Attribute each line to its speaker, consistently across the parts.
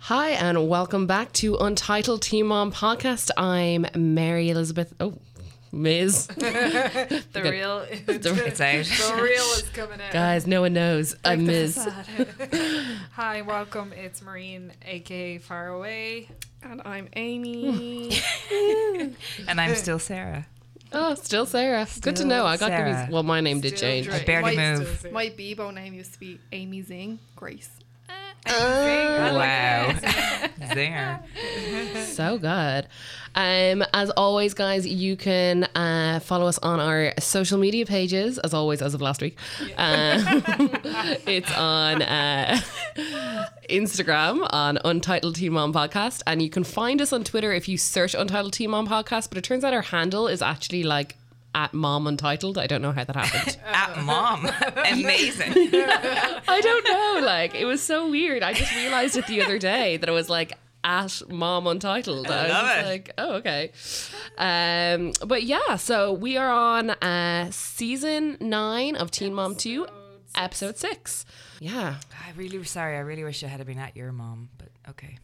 Speaker 1: Hi, and welcome back to Untitled Teen Mom Podcast. I'm Mary Elizabeth. Oh, Ms.
Speaker 2: The real,
Speaker 1: It's
Speaker 3: out.
Speaker 2: the real is coming out.
Speaker 1: Guys, no one knows. I'm Ms.
Speaker 2: Hi, welcome. It's Marine, aka Far Away.
Speaker 4: And I'm Amy.
Speaker 3: And I'm still Sarah.
Speaker 1: Oh, still Sarah. Good to
Speaker 3: Still
Speaker 1: know. I got
Speaker 3: Sarah.
Speaker 1: confused. Well, my name did
Speaker 2: Still
Speaker 1: change.
Speaker 2: Drake.
Speaker 3: barely
Speaker 2: Might
Speaker 3: move.
Speaker 2: still
Speaker 4: My Bebo name used to be Amy Zing Grace. Oh,
Speaker 2: I like
Speaker 3: wow. there.
Speaker 1: So good. Um, as always, guys, you can uh, follow us on our social media pages, as always, as of last week. Um, it's on uh, Instagram on Untitled Teen Mom Podcast. And you can find us on Twitter if you search Untitled Teen Mom Podcast. But it turns out our handle is actually like at mom untitled. I don't know how that happened.
Speaker 4: Uh-huh.
Speaker 3: At mom. Amazing.
Speaker 1: I don't know. Like, it was so weird. I just realized it the other day that it was like at mom untitled. I, was
Speaker 3: love
Speaker 1: just
Speaker 3: it.
Speaker 1: like, oh, okay. Um, but yeah, so we are on uh, season nine of Teen Mom 2, episode six. Yeah.
Speaker 3: I really was sorry. I really wish I had been at your mom, but okay.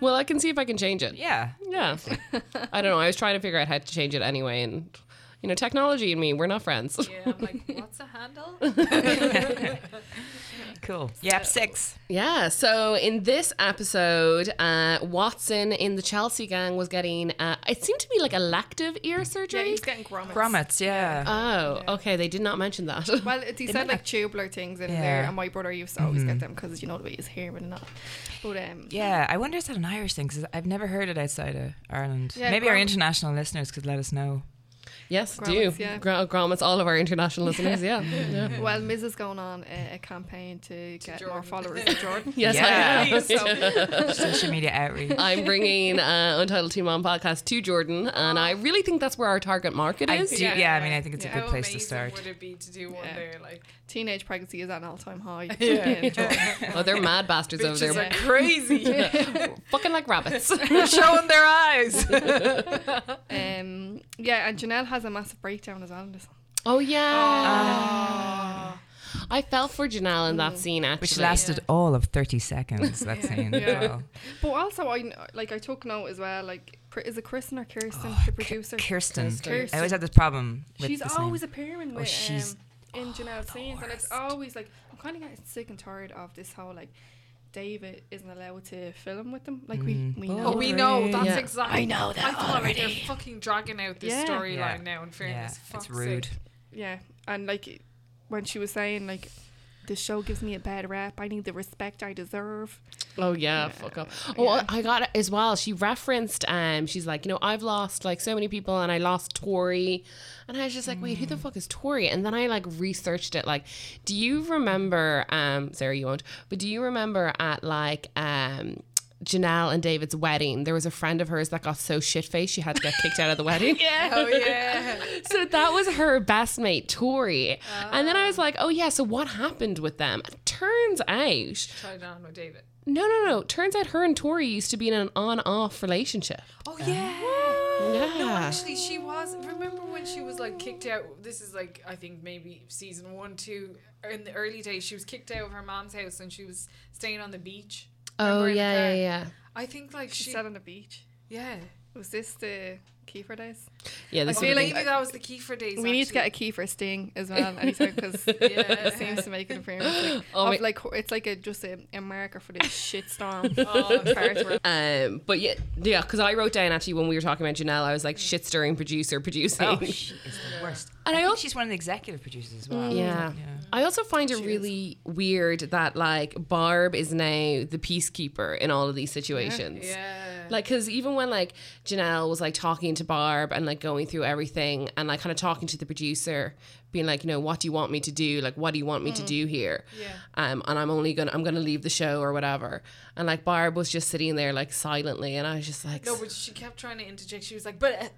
Speaker 1: Well, I can see if I can change it.
Speaker 3: Yeah.
Speaker 1: Yeah. I don't know. I was trying to figure out how to change it anyway. And, you know, technology and me, we're not friends.
Speaker 2: Yeah, I'm like, what's a handle?
Speaker 3: Cool. Yep, six.
Speaker 1: Yeah, so in this episode, uh, Watson in the Chelsea gang was getting, uh, it seemed to be like elective ear
Speaker 4: Yeah,
Speaker 1: surgery.
Speaker 4: he's getting grommets.
Speaker 3: Grommets, yeah.
Speaker 4: Uh,
Speaker 1: oh, okay, they did not mention that.
Speaker 4: Well, it's, he said like tubular things in
Speaker 3: Yeah. Mm-hmm.
Speaker 4: there, and my brother used to always get them because you know the way he's hearing that. But um,
Speaker 3: yeah, I wonder is that an Irish thing? Because I've never heard it outside of Ireland.
Speaker 4: Yeah,
Speaker 3: Maybe our
Speaker 4: grom-
Speaker 3: international listeners could let us know.
Speaker 1: yes,
Speaker 4: Grommets,
Speaker 1: do.
Speaker 4: yeah.
Speaker 1: Gr- grommets, all of our international listeners, yeah. yeah.
Speaker 4: well, Miz is going on a, a campaign to get more
Speaker 2: Jordan.
Speaker 4: followers to Jordan.
Speaker 1: Yes,
Speaker 3: Yeah.
Speaker 1: I am.
Speaker 4: So
Speaker 3: Social media outreach.
Speaker 1: I'm bringing uh, Untitled Teen Mom podcast to Jordan, and I really think that's where our target market
Speaker 3: I
Speaker 1: is.
Speaker 3: do, yeah, I mean, I think it's
Speaker 4: Yeah.
Speaker 3: a
Speaker 2: How
Speaker 3: good place to
Speaker 2: amazing
Speaker 3: start.
Speaker 2: would it be to do one
Speaker 4: Yeah.
Speaker 2: there? Like,
Speaker 4: teenage pregnancy is at an all-time high. Um,
Speaker 2: Yeah.
Speaker 4: in Jordan.
Speaker 1: Oh, they're mad bastards over
Speaker 2: bitches
Speaker 1: there,
Speaker 2: are crazy.
Speaker 1: fucking like rabbits.
Speaker 3: They're showing their eyes.
Speaker 4: Um, yeah, and Janelle has a massive breakdown as well. In this one.
Speaker 1: oh yeah, I fell for Janelle in
Speaker 4: Mm.
Speaker 1: that scene actually.
Speaker 3: Which lasted all of 30 seconds, that scene.
Speaker 4: Yeah.
Speaker 3: Well,
Speaker 4: But also, I kn- like I took note as well. Like, Cr- is it Kristen or Kirsten,
Speaker 3: Oh,
Speaker 4: the producer?
Speaker 3: Kirsten.
Speaker 1: Kirsten.
Speaker 3: I always have this problem with
Speaker 4: she's
Speaker 3: this
Speaker 4: always
Speaker 3: name.
Speaker 4: appearing with
Speaker 3: she's- Oh,
Speaker 4: um, in Janelle's scenes, and it's
Speaker 3: worst.
Speaker 4: always like I'm kind of getting sick and tired of this whole like David isn't allowed to film with them. Like
Speaker 3: Mm.
Speaker 4: we we know.
Speaker 2: Oh, we know. That's
Speaker 1: Yeah.
Speaker 2: exactly.
Speaker 4: I know that
Speaker 2: I thought like, they're
Speaker 4: already.
Speaker 2: fucking dragging out this
Speaker 4: Yeah.
Speaker 2: storyline
Speaker 3: Yeah.
Speaker 2: now. In
Speaker 3: Yeah,
Speaker 2: fairness, Fuck's
Speaker 3: it's rude.
Speaker 2: sake.
Speaker 4: yeah, and like it- when she was saying like. This show gives me a bad rap. I need the respect I deserve.
Speaker 1: Oh yeah, fuck up. Oh, I I got it as well. She referenced, um, she's like, you know, I've lost like so many people, and I lost Tori, and I was just like, wait, who the fuck is Tori? And then I like researched it. Like, do you remember, um, Sarah, you won't, but do you remember at like, um. Janelle and David's wedding, there was a friend of hers that got so shit faced she had to get kicked out of the wedding.
Speaker 2: Oh yeah.
Speaker 1: So that was her best mate, Tori. And then I was like, oh, yeah, so what happened with them? Turns out
Speaker 2: Tried it on with David.
Speaker 1: no, no, no. Turns out her and Tori used to be in an on-off relationship.
Speaker 2: Oh yeah. No,
Speaker 1: Yeah.
Speaker 2: actually, she was. Remember when she was like kicked out? This is like I think maybe season one, two. or In the early days, she was kicked out of her mom's house and she was staying on the beach.
Speaker 1: Oh
Speaker 2: Remember in the
Speaker 1: yeah, yeah,
Speaker 2: car?
Speaker 1: yeah.
Speaker 2: I think like
Speaker 4: She
Speaker 2: she.
Speaker 4: sat on the beach.
Speaker 2: yeah.
Speaker 4: Was this the Kiefer days?
Speaker 1: Yeah,
Speaker 2: I
Speaker 1: this
Speaker 2: feel
Speaker 1: is
Speaker 4: feel
Speaker 2: like
Speaker 4: like-
Speaker 2: that was the key for days.
Speaker 4: We need to get a Kiefer sting as well anytime because
Speaker 2: Yeah.
Speaker 4: it seems to make an appearance. Like,
Speaker 1: Oh,
Speaker 4: of,
Speaker 1: wait.
Speaker 4: like it's like a just a, a marker for this shitstorm.
Speaker 2: Oh,
Speaker 1: um but yeah, yeah, because I wrote down actually when we were talking about Janelle, I was like shit stirring producer producing.
Speaker 3: Oh, she is the worst.
Speaker 1: And
Speaker 3: I,
Speaker 1: I
Speaker 3: think
Speaker 1: al- Mm,
Speaker 3: she's one of the executive producers as well.
Speaker 1: Yeah. I also find it really weird that like Barb is now the peacekeeper in all of these situations.
Speaker 2: yeah.
Speaker 1: Like, because even when like Janelle was like talking to Barb and like going through everything and like kind of talking to the producer, being like, you know, what do you want me to do? Like, what do you want me to do here?
Speaker 2: Mm. Yeah.
Speaker 1: Um, and I'm only gonna I'm gonna leave the show or whatever. And like Barb was just sitting there like silently, and I was just like,
Speaker 2: No, but she kept trying to interject. She was like, but. uh,"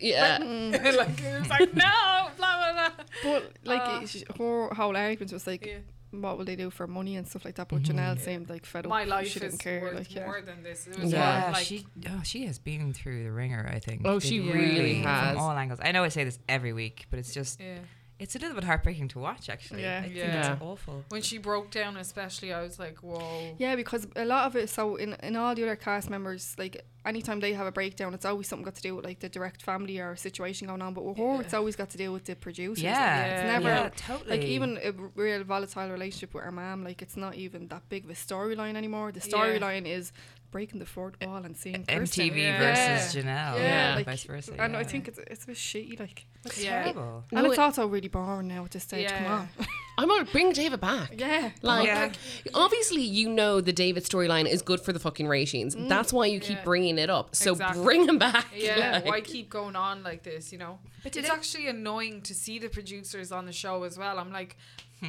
Speaker 1: yeah,
Speaker 2: like it was like no, blah blah blah.
Speaker 4: But like it- she- her whole argument was like,
Speaker 2: Ah. Yeah.
Speaker 4: what will they do for money and stuff like that. But Janelle seemed like fed up.
Speaker 2: My life
Speaker 4: she
Speaker 2: is
Speaker 4: didn't care.
Speaker 2: worth
Speaker 4: Like yeah.
Speaker 2: more than this. It was
Speaker 1: Yeah.
Speaker 3: Yeah,
Speaker 2: yeah, like,
Speaker 3: she oh, she has been through the ringer. I think.
Speaker 1: Oh, she
Speaker 3: They've
Speaker 1: really
Speaker 3: from
Speaker 1: has.
Speaker 3: all angles. I know I say this every week, but it's just
Speaker 2: yeah.
Speaker 3: It's a little bit heartbreaking to watch, actually.
Speaker 4: Yeah.
Speaker 3: I think
Speaker 2: Yeah. Oh,
Speaker 3: it's awful.
Speaker 2: When she broke down, especially, I was like, whoa.
Speaker 4: Yeah, because a lot of it. So in in all the other cast members, like anytime they have a breakdown, it's always something got to do with like the direct family or situation going on. But with her, it's always got to do with the producers. like,
Speaker 3: Yeah.
Speaker 4: it's never.
Speaker 3: Yeah, totally.
Speaker 4: Like even a real volatile relationship with her mom, like it's not even that big of a storyline anymore. The
Speaker 2: Yeah.
Speaker 4: storyline is breaking the fourth wall and seeing Kirsten.
Speaker 3: MTV
Speaker 2: Yeah.
Speaker 3: versus Janelle.
Speaker 1: Yeah,
Speaker 3: Yeah.
Speaker 4: like,
Speaker 3: vice versa.
Speaker 4: And I
Speaker 3: yeah.
Speaker 4: think it's it's a bit shitty, like,
Speaker 3: it's
Speaker 2: Yeah.
Speaker 3: terrible.
Speaker 4: and
Speaker 1: No,
Speaker 4: it's
Speaker 1: it-
Speaker 4: also really boring now at this stage.
Speaker 2: Yeah.
Speaker 4: Come on,
Speaker 1: I'm on bring David back.
Speaker 4: yeah,
Speaker 1: Like,
Speaker 3: Yeah.
Speaker 1: obviously, you know the David storyline is good for the fucking ratings. That's why you keep
Speaker 2: Mm. Yeah.
Speaker 1: bringing it up. So
Speaker 2: Exactly.
Speaker 1: bring him back.
Speaker 2: Yeah,
Speaker 1: Like,
Speaker 2: why keep going on like this, you know?
Speaker 3: But did
Speaker 2: it's
Speaker 3: it-
Speaker 2: actually annoying to see the producers on the show as well. I'm like,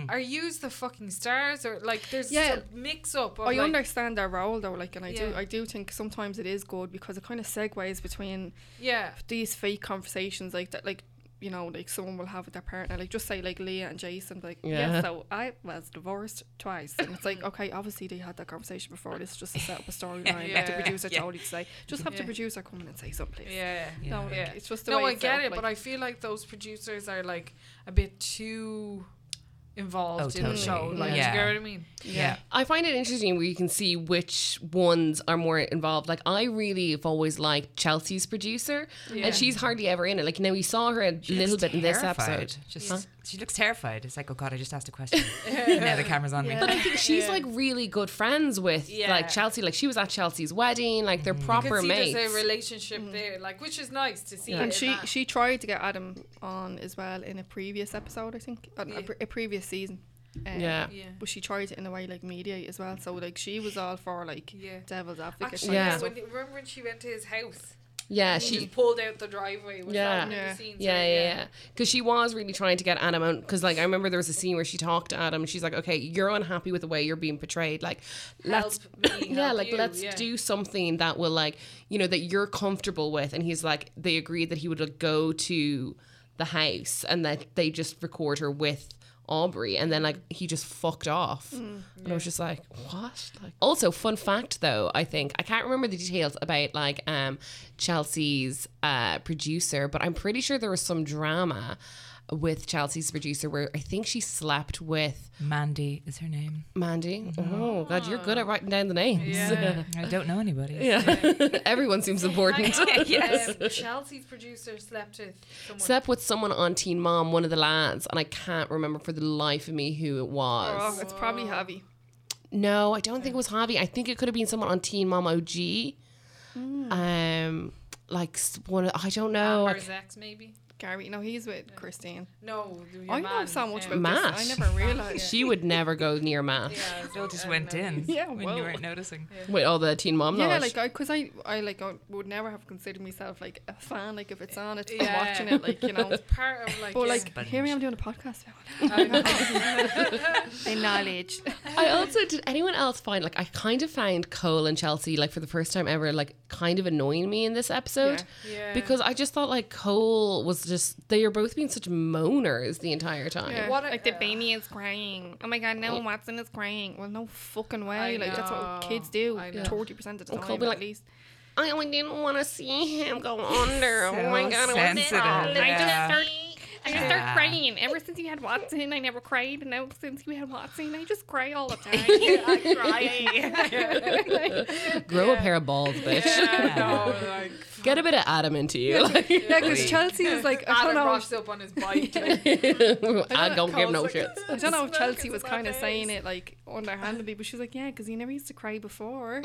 Speaker 2: are you the fucking stars or like there's
Speaker 4: Yeah.
Speaker 2: a mix up? Of,
Speaker 4: I
Speaker 2: like,
Speaker 4: understand their role though, like, and I do,
Speaker 2: Yeah.
Speaker 4: I do think sometimes it is good because it kind of segues between
Speaker 2: Yeah,
Speaker 4: these fake conversations, like that, like you know, like someone will have with their partner, like just say like Leah and Jason, like yeah.
Speaker 1: Yeah.
Speaker 4: so I was divorced twice, and it's like okay, obviously they had that conversation before. This is just to set up a storyline.
Speaker 2: Yeah.
Speaker 4: The producer
Speaker 3: Yeah.
Speaker 4: told you to say, just have the
Speaker 2: Yeah.
Speaker 4: producer come in and say something. please.
Speaker 2: yeah.
Speaker 4: No, like,
Speaker 2: Yeah.
Speaker 4: it's just the
Speaker 2: No,
Speaker 4: way
Speaker 2: I
Speaker 4: it's
Speaker 2: get
Speaker 4: set
Speaker 2: it,
Speaker 4: up,
Speaker 2: but I
Speaker 4: like-
Speaker 2: feel like those producers are like a bit too involved
Speaker 3: Oh,
Speaker 2: in the
Speaker 3: totally.
Speaker 2: show. Like,
Speaker 3: Yeah.
Speaker 2: do you get what I mean?
Speaker 3: Yeah.
Speaker 1: I find it interesting where you can see which ones are more involved. Like I really have always liked Chelsea's producer,
Speaker 2: Yeah.
Speaker 1: and she's hardly ever in it. Like now we saw her a
Speaker 3: She
Speaker 1: little
Speaker 3: looks
Speaker 1: bit in this
Speaker 3: terrified.
Speaker 1: episode.
Speaker 3: Just,
Speaker 1: Huh?
Speaker 3: She looks terrified. It's like, oh God, I just asked a question. now the camera's on
Speaker 4: Yeah.
Speaker 1: But
Speaker 3: me.
Speaker 1: I think she's like really good friends with
Speaker 2: Yeah.
Speaker 1: like Chelsea. Like she was at Chelsea's wedding. Like
Speaker 3: Mm-hmm.
Speaker 1: they're
Speaker 2: You can
Speaker 1: proper
Speaker 2: see
Speaker 1: mates.
Speaker 2: there's a relationship there, like which is nice to see. in
Speaker 4: Mm. And she
Speaker 2: that.
Speaker 4: she tried to get Adam on as well in a previous episode, I think, on
Speaker 2: Yeah.
Speaker 4: a, pre- a previous season. Um,
Speaker 1: yeah.
Speaker 2: yeah.
Speaker 4: But she tried it in a way like mediate as well. So like she was all for like
Speaker 2: Yeah.
Speaker 4: devil's advocate.
Speaker 2: Actually,
Speaker 1: Yeah.
Speaker 2: yeah.
Speaker 4: yeah.
Speaker 2: When, remember when she went to his house?
Speaker 1: Yeah,
Speaker 2: And
Speaker 1: she.
Speaker 2: she just pulled out the driveway. Was
Speaker 1: Yeah.
Speaker 2: that one of the
Speaker 4: Yeah.
Speaker 2: scenes,
Speaker 1: Yeah,
Speaker 2: right?
Speaker 1: yeah, yeah. Because she was really trying to get Adam out. Because, like, I remember there was a scene where she talked to Adam. And she's like, okay, you're unhappy with the way you're being portrayed. Like, let's.
Speaker 2: Help me,
Speaker 1: yeah,
Speaker 2: help
Speaker 1: like,
Speaker 2: you,
Speaker 1: let's
Speaker 2: yeah.
Speaker 1: do something that will, like, you know, that you're comfortable with. And he's like, they agreed that he would like, go to the house and that they just record her with. Aubrey and then like he just fucked
Speaker 2: Mm,
Speaker 1: off and I was just like what like also fun fact though I think I can't remember the details about like um Chelsea's uh producer but I'm pretty sure there was some drama with Chelsea's producer where I think she slept with
Speaker 3: Mandy is her name.
Speaker 1: Mandy oh god you're good at writing down the names
Speaker 2: Yeah.
Speaker 3: I don't know anybody.
Speaker 1: yeah. everyone seems important
Speaker 3: Yes.
Speaker 2: Um, Chelsea's producer slept with someone.
Speaker 1: slept with someone on Teen Mom, one of the lads, and I can't remember for the life of me who it was.
Speaker 4: Oh, it's probably Javi.
Speaker 1: No, I don't think it was Javi. I think it could have been someone on Teen Mom OG.
Speaker 4: Hmm.
Speaker 1: Um, like s- one of, I don't know. I
Speaker 2: Amber's ex, maybe.
Speaker 4: Gary. No, he's with Christine.
Speaker 2: No, your
Speaker 4: I know
Speaker 2: man,
Speaker 4: so much
Speaker 2: um,
Speaker 4: about
Speaker 1: Matt.
Speaker 4: this. I never realised.
Speaker 1: c- she would never go near Matt
Speaker 2: Yeah, uh,
Speaker 3: Bill just
Speaker 2: I
Speaker 3: went
Speaker 2: don't know.
Speaker 3: in
Speaker 4: Yeah,
Speaker 3: when
Speaker 4: whoa.
Speaker 3: you weren't noticing.
Speaker 1: with all the Teen Mom
Speaker 4: yeah,
Speaker 1: knowledge.
Speaker 4: like I, cause I, I like I would never have considered myself like a fan. Like if it's on, it's I'm
Speaker 2: Yeah.
Speaker 4: watching it. Like you know.
Speaker 2: Part of like,
Speaker 4: But
Speaker 2: yeah.
Speaker 4: like here I am doing a podcast. I knowledge.
Speaker 1: I also did anyone else find like I kind of found Cole and Chelsea like for the first time ever like kind of annoying me in this episode
Speaker 2: Yeah. Yeah.
Speaker 1: because I just thought like Cole was just they are both being such moaners the entire time.
Speaker 4: Yeah.
Speaker 2: What a-
Speaker 4: like the baby is crying. Oh my god, no, Watson is crying. Well, no fucking way. like that's what
Speaker 2: know.
Speaker 4: kids do.
Speaker 2: I know.
Speaker 4: Forty percent of the
Speaker 1: Uncle
Speaker 4: time,
Speaker 1: be like,
Speaker 4: at least.
Speaker 1: I only didn't want to see him go under. oh my
Speaker 3: So
Speaker 1: god, I was
Speaker 3: sensitive.
Speaker 1: awful.
Speaker 3: I just Yeah.
Speaker 4: start. I just
Speaker 3: start Yeah.
Speaker 4: crying. Ever since you had Watson, I never cried. And now since you had Watson, I just cry all the time.
Speaker 1: Grow a pair of balls, bitch.
Speaker 2: Yeah, no, like
Speaker 1: Get a bit of Adam into you. Like,
Speaker 4: yeah, because Chelsea was like, I don't
Speaker 2: Adam
Speaker 4: know.
Speaker 2: rocks up on his bike. Like,
Speaker 1: I don't give no
Speaker 2: Cole's like,
Speaker 1: shits.
Speaker 4: I don't know if
Speaker 2: Smoke
Speaker 4: Chelsea
Speaker 2: is
Speaker 4: was
Speaker 2: my
Speaker 4: kind of
Speaker 2: face.
Speaker 4: saying it like underhandedly, but she was like, yeah, because he never used to cry before.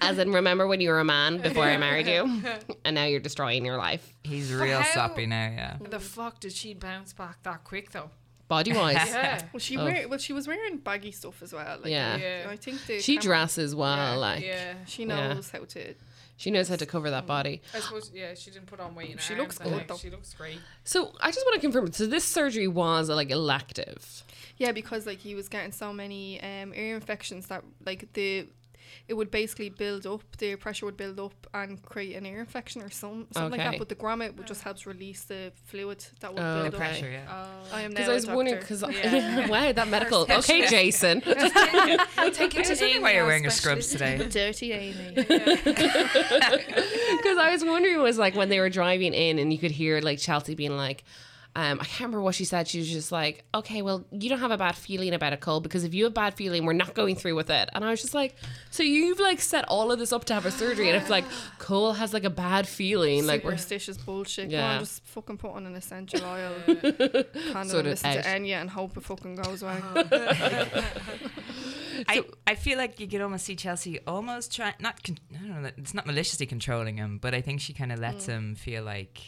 Speaker 1: As in, remember when you were a man before I married you, and now you're destroying your life,
Speaker 3: He's real
Speaker 2: how-
Speaker 3: soppy now, yeah.
Speaker 2: the fuck did she bounce back that quick though?
Speaker 1: body wise.
Speaker 2: Yeah,
Speaker 4: well, she
Speaker 1: Oh.
Speaker 4: wear, well, she was wearing baggy stuff as well. Like,
Speaker 1: Yeah.
Speaker 2: Yeah.
Speaker 4: I think the
Speaker 1: She
Speaker 4: camera-
Speaker 1: dresses well.
Speaker 4: Yeah,
Speaker 1: like
Speaker 2: yeah.
Speaker 4: She
Speaker 1: Yeah.
Speaker 4: knows how to.
Speaker 1: she knows how to cover that body.
Speaker 2: I suppose yeah. She didn't put on weight. In her
Speaker 4: She
Speaker 2: arms
Speaker 4: looks
Speaker 2: that
Speaker 4: good,
Speaker 2: night.
Speaker 4: though.
Speaker 2: She looks great.
Speaker 1: So I just want to confirm. So this surgery was like elective.
Speaker 4: Yeah, because like he was getting so many um, ear infections that like the it would basically build up, the pressure would build up and create an ear infection or some, something like
Speaker 1: Okay.
Speaker 4: that. But the grommet would just helps release the fluid that would
Speaker 1: Oh,
Speaker 3: The
Speaker 4: build
Speaker 1: okay.
Speaker 4: up.
Speaker 3: pressure, yeah.
Speaker 4: I am
Speaker 1: Because
Speaker 4: now
Speaker 1: I
Speaker 4: a
Speaker 1: was wondering,
Speaker 4: doctor.
Speaker 1: because
Speaker 2: Yeah.
Speaker 1: wow, that medical. Okay,
Speaker 2: specialist.
Speaker 1: Jason.
Speaker 2: I'll take it
Speaker 3: Which
Speaker 2: to
Speaker 3: is wondering why you're wearing your scrubs today.
Speaker 4: Dirty Amy.
Speaker 1: Because I was wondering, was like when they were driving in and you could hear like Chelsea being like, um, I can't remember what she said. She was just like, okay, well, you don't have a bad feeling about a cold because if you have a bad feeling, we're not going through with it. And I was just like, so you've like set all of this up to have a surgery. And if like Cole has like a bad feeling, like we're.
Speaker 4: superstitious bullshit. Yeah.
Speaker 1: Yeah.
Speaker 4: on, just fucking put on an essential oil candle
Speaker 1: Sort
Speaker 4: and
Speaker 1: it
Speaker 4: listen
Speaker 1: out.
Speaker 4: to Enya and hope it fucking goes away.
Speaker 3: I, I feel like you could almost see Chelsea almost trying not con- I don't know it's not maliciously controlling him, but I think she kind of lets him feel like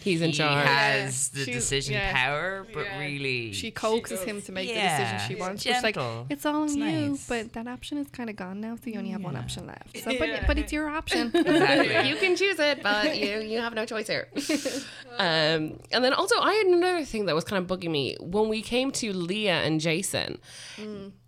Speaker 1: He's in
Speaker 3: he
Speaker 1: charge.
Speaker 3: has the
Speaker 4: She-
Speaker 3: decision
Speaker 4: yeah.
Speaker 3: power, but
Speaker 2: Yeah.
Speaker 3: really
Speaker 4: She coaxes
Speaker 2: does.
Speaker 4: him to make the
Speaker 3: Yeah.
Speaker 4: decision she
Speaker 3: She's
Speaker 4: wants. She's like,
Speaker 3: gentle.
Speaker 4: it's all on
Speaker 3: It's
Speaker 4: you,
Speaker 3: nice.
Speaker 4: but that option is kind of gone now, so you only have one option left. So,
Speaker 2: Yeah.
Speaker 4: but, but it's your option.
Speaker 3: exactly.
Speaker 1: you can choose it, but you you have no choice here. um, and then also, I had another thing that was kind of bugging me when we came to Leah and Jason.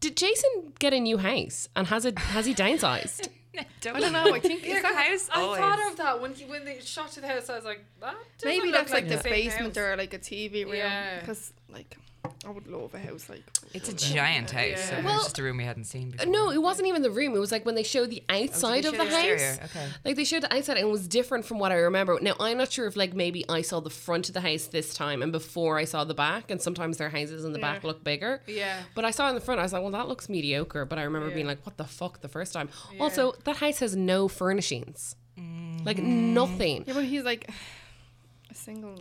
Speaker 1: Did Jason get a new house and has it has he downsized?
Speaker 4: I don't know. I think is that-
Speaker 3: house
Speaker 2: I
Speaker 3: always.
Speaker 2: thought of that when he, when they shot to the house. I was like, that doesn't
Speaker 4: maybe
Speaker 2: look
Speaker 4: that's like,
Speaker 2: the
Speaker 4: the
Speaker 2: same
Speaker 4: basement
Speaker 2: house.
Speaker 4: or like a TV room
Speaker 2: Yeah.
Speaker 4: because like I would love a house like
Speaker 3: it's a giant house.
Speaker 2: Yeah.
Speaker 3: So
Speaker 1: Well,
Speaker 3: it's just a room we hadn't seen before.
Speaker 1: No, it wasn't even the room. It was like when they show the outside
Speaker 3: show
Speaker 1: of the
Speaker 3: the exterior?
Speaker 1: house.
Speaker 3: Okay.
Speaker 1: Like they showed the outside and it was different from what I remember. Now I'm not sure if like maybe I saw the front of the house this time and before I saw the back. And sometimes their houses in the back look bigger.
Speaker 2: Yeah.
Speaker 1: But I saw in the front, I was like, well, that looks mediocre. But I remember being like, what the fuck the first time. Also, that house has no furnishings. Like nothing.
Speaker 4: yeah, but he's like a single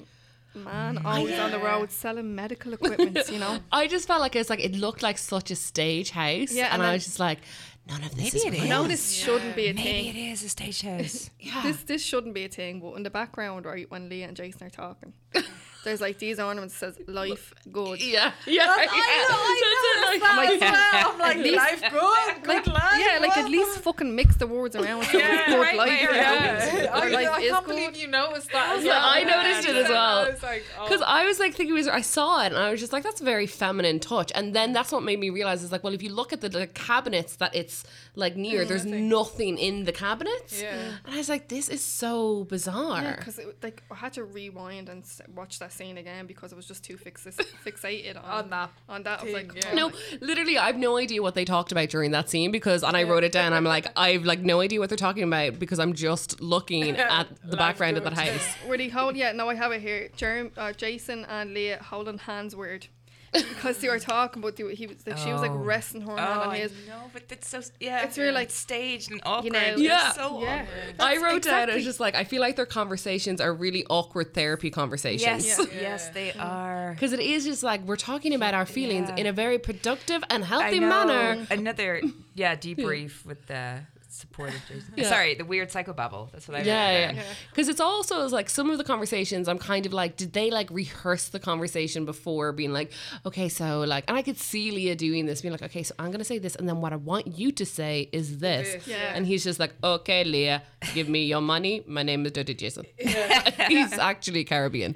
Speaker 4: man always on the road selling medical equipment. you know.
Speaker 1: I just felt like it was like, it looked like such a stage house.
Speaker 4: Yeah,
Speaker 1: and,
Speaker 4: and
Speaker 1: I
Speaker 4: then-
Speaker 1: was just like, none of this
Speaker 3: Maybe
Speaker 1: is
Speaker 3: it
Speaker 1: real.
Speaker 3: is.
Speaker 4: No, this shouldn't be a
Speaker 3: Maybe
Speaker 4: thing.
Speaker 3: it is a stage house.
Speaker 4: This this shouldn't be a thing, but in the background, right, when Leah and Jason are talking, there's like these ornaments that says life good.
Speaker 1: Yeah, yeah. yeah.
Speaker 2: I know, I
Speaker 1: That's it,
Speaker 2: know.
Speaker 1: like-
Speaker 2: As well. I'm like, life good, good life.
Speaker 4: Yeah, like at
Speaker 2: well
Speaker 4: least fucking mix the words around. So
Speaker 2: Yeah,
Speaker 4: it's good
Speaker 2: right,
Speaker 4: life.
Speaker 2: right,
Speaker 4: you know?
Speaker 2: right.
Speaker 4: Or
Speaker 2: I,
Speaker 4: life
Speaker 2: I
Speaker 4: is
Speaker 2: can't
Speaker 4: good.
Speaker 2: believe you noticed that.
Speaker 1: Yeah, I noticed it as well.
Speaker 2: I was like, oh.
Speaker 1: Because I was like thinking, it was, I saw it and I was just like, that's a very feminine touch. And then that's what made me realize is like, well, if you look at the, the cabinets that it's like near, there's nothing in the cabinets.
Speaker 2: Yeah. Mm.
Speaker 1: And I was like, this is so bizarre.
Speaker 4: Yeah, because like I had to rewind and s- watch that scene again because I was just too fixis- fixated on,
Speaker 2: On that
Speaker 4: On that, I was like,
Speaker 2: thing, yeah.
Speaker 4: oh
Speaker 1: no,
Speaker 4: my-
Speaker 1: literally, I have no idea what they talked about during that scene because, and I wrote it down. I'm like, I've like no idea what they're talking about because I'm just looking at the background of that house.
Speaker 4: were they holding? Yeah, no, I have it here. Jerm, uh, Jason and Leah holding hands weird because they were talking, but they, were- he was like, she was like
Speaker 3: Oh.
Speaker 4: resting her hand on his.
Speaker 3: no, but it's so yeah.
Speaker 4: It's really, like,
Speaker 3: staged and
Speaker 4: you know,
Speaker 3: awkward.
Speaker 1: Yeah.
Speaker 3: It's so
Speaker 4: Yeah.
Speaker 3: awkward.
Speaker 1: I
Speaker 4: That's
Speaker 1: wrote down, I
Speaker 4: exactly-
Speaker 1: was just like, I feel like their conversations are really awkward therapy conversations.
Speaker 3: Yes,
Speaker 2: Yeah.
Speaker 3: yes, they are.
Speaker 1: Because it is just like we're talking about our feelings
Speaker 3: Yeah.
Speaker 1: in a very productive and
Speaker 3: I
Speaker 1: healthy
Speaker 3: know.
Speaker 1: manner.
Speaker 3: Another yeah debrief with the support of Jason.
Speaker 1: Yeah.
Speaker 3: Sorry, the weird psychobabble. That's what I
Speaker 1: Yeah,
Speaker 3: wrote
Speaker 1: yeah.
Speaker 3: down.
Speaker 1: Because it's also it's like some of the conversations I'm kind of like, did they like rehearse the conversation before being like, okay, so like, and I could see Leah doing this, being like, okay, so I'm going to say this. And then what I want you to say is this.
Speaker 2: This, yeah.
Speaker 1: And he's just like, okay, Leah, give me your money. My name is Dirty Jason. he's actually Caribbean.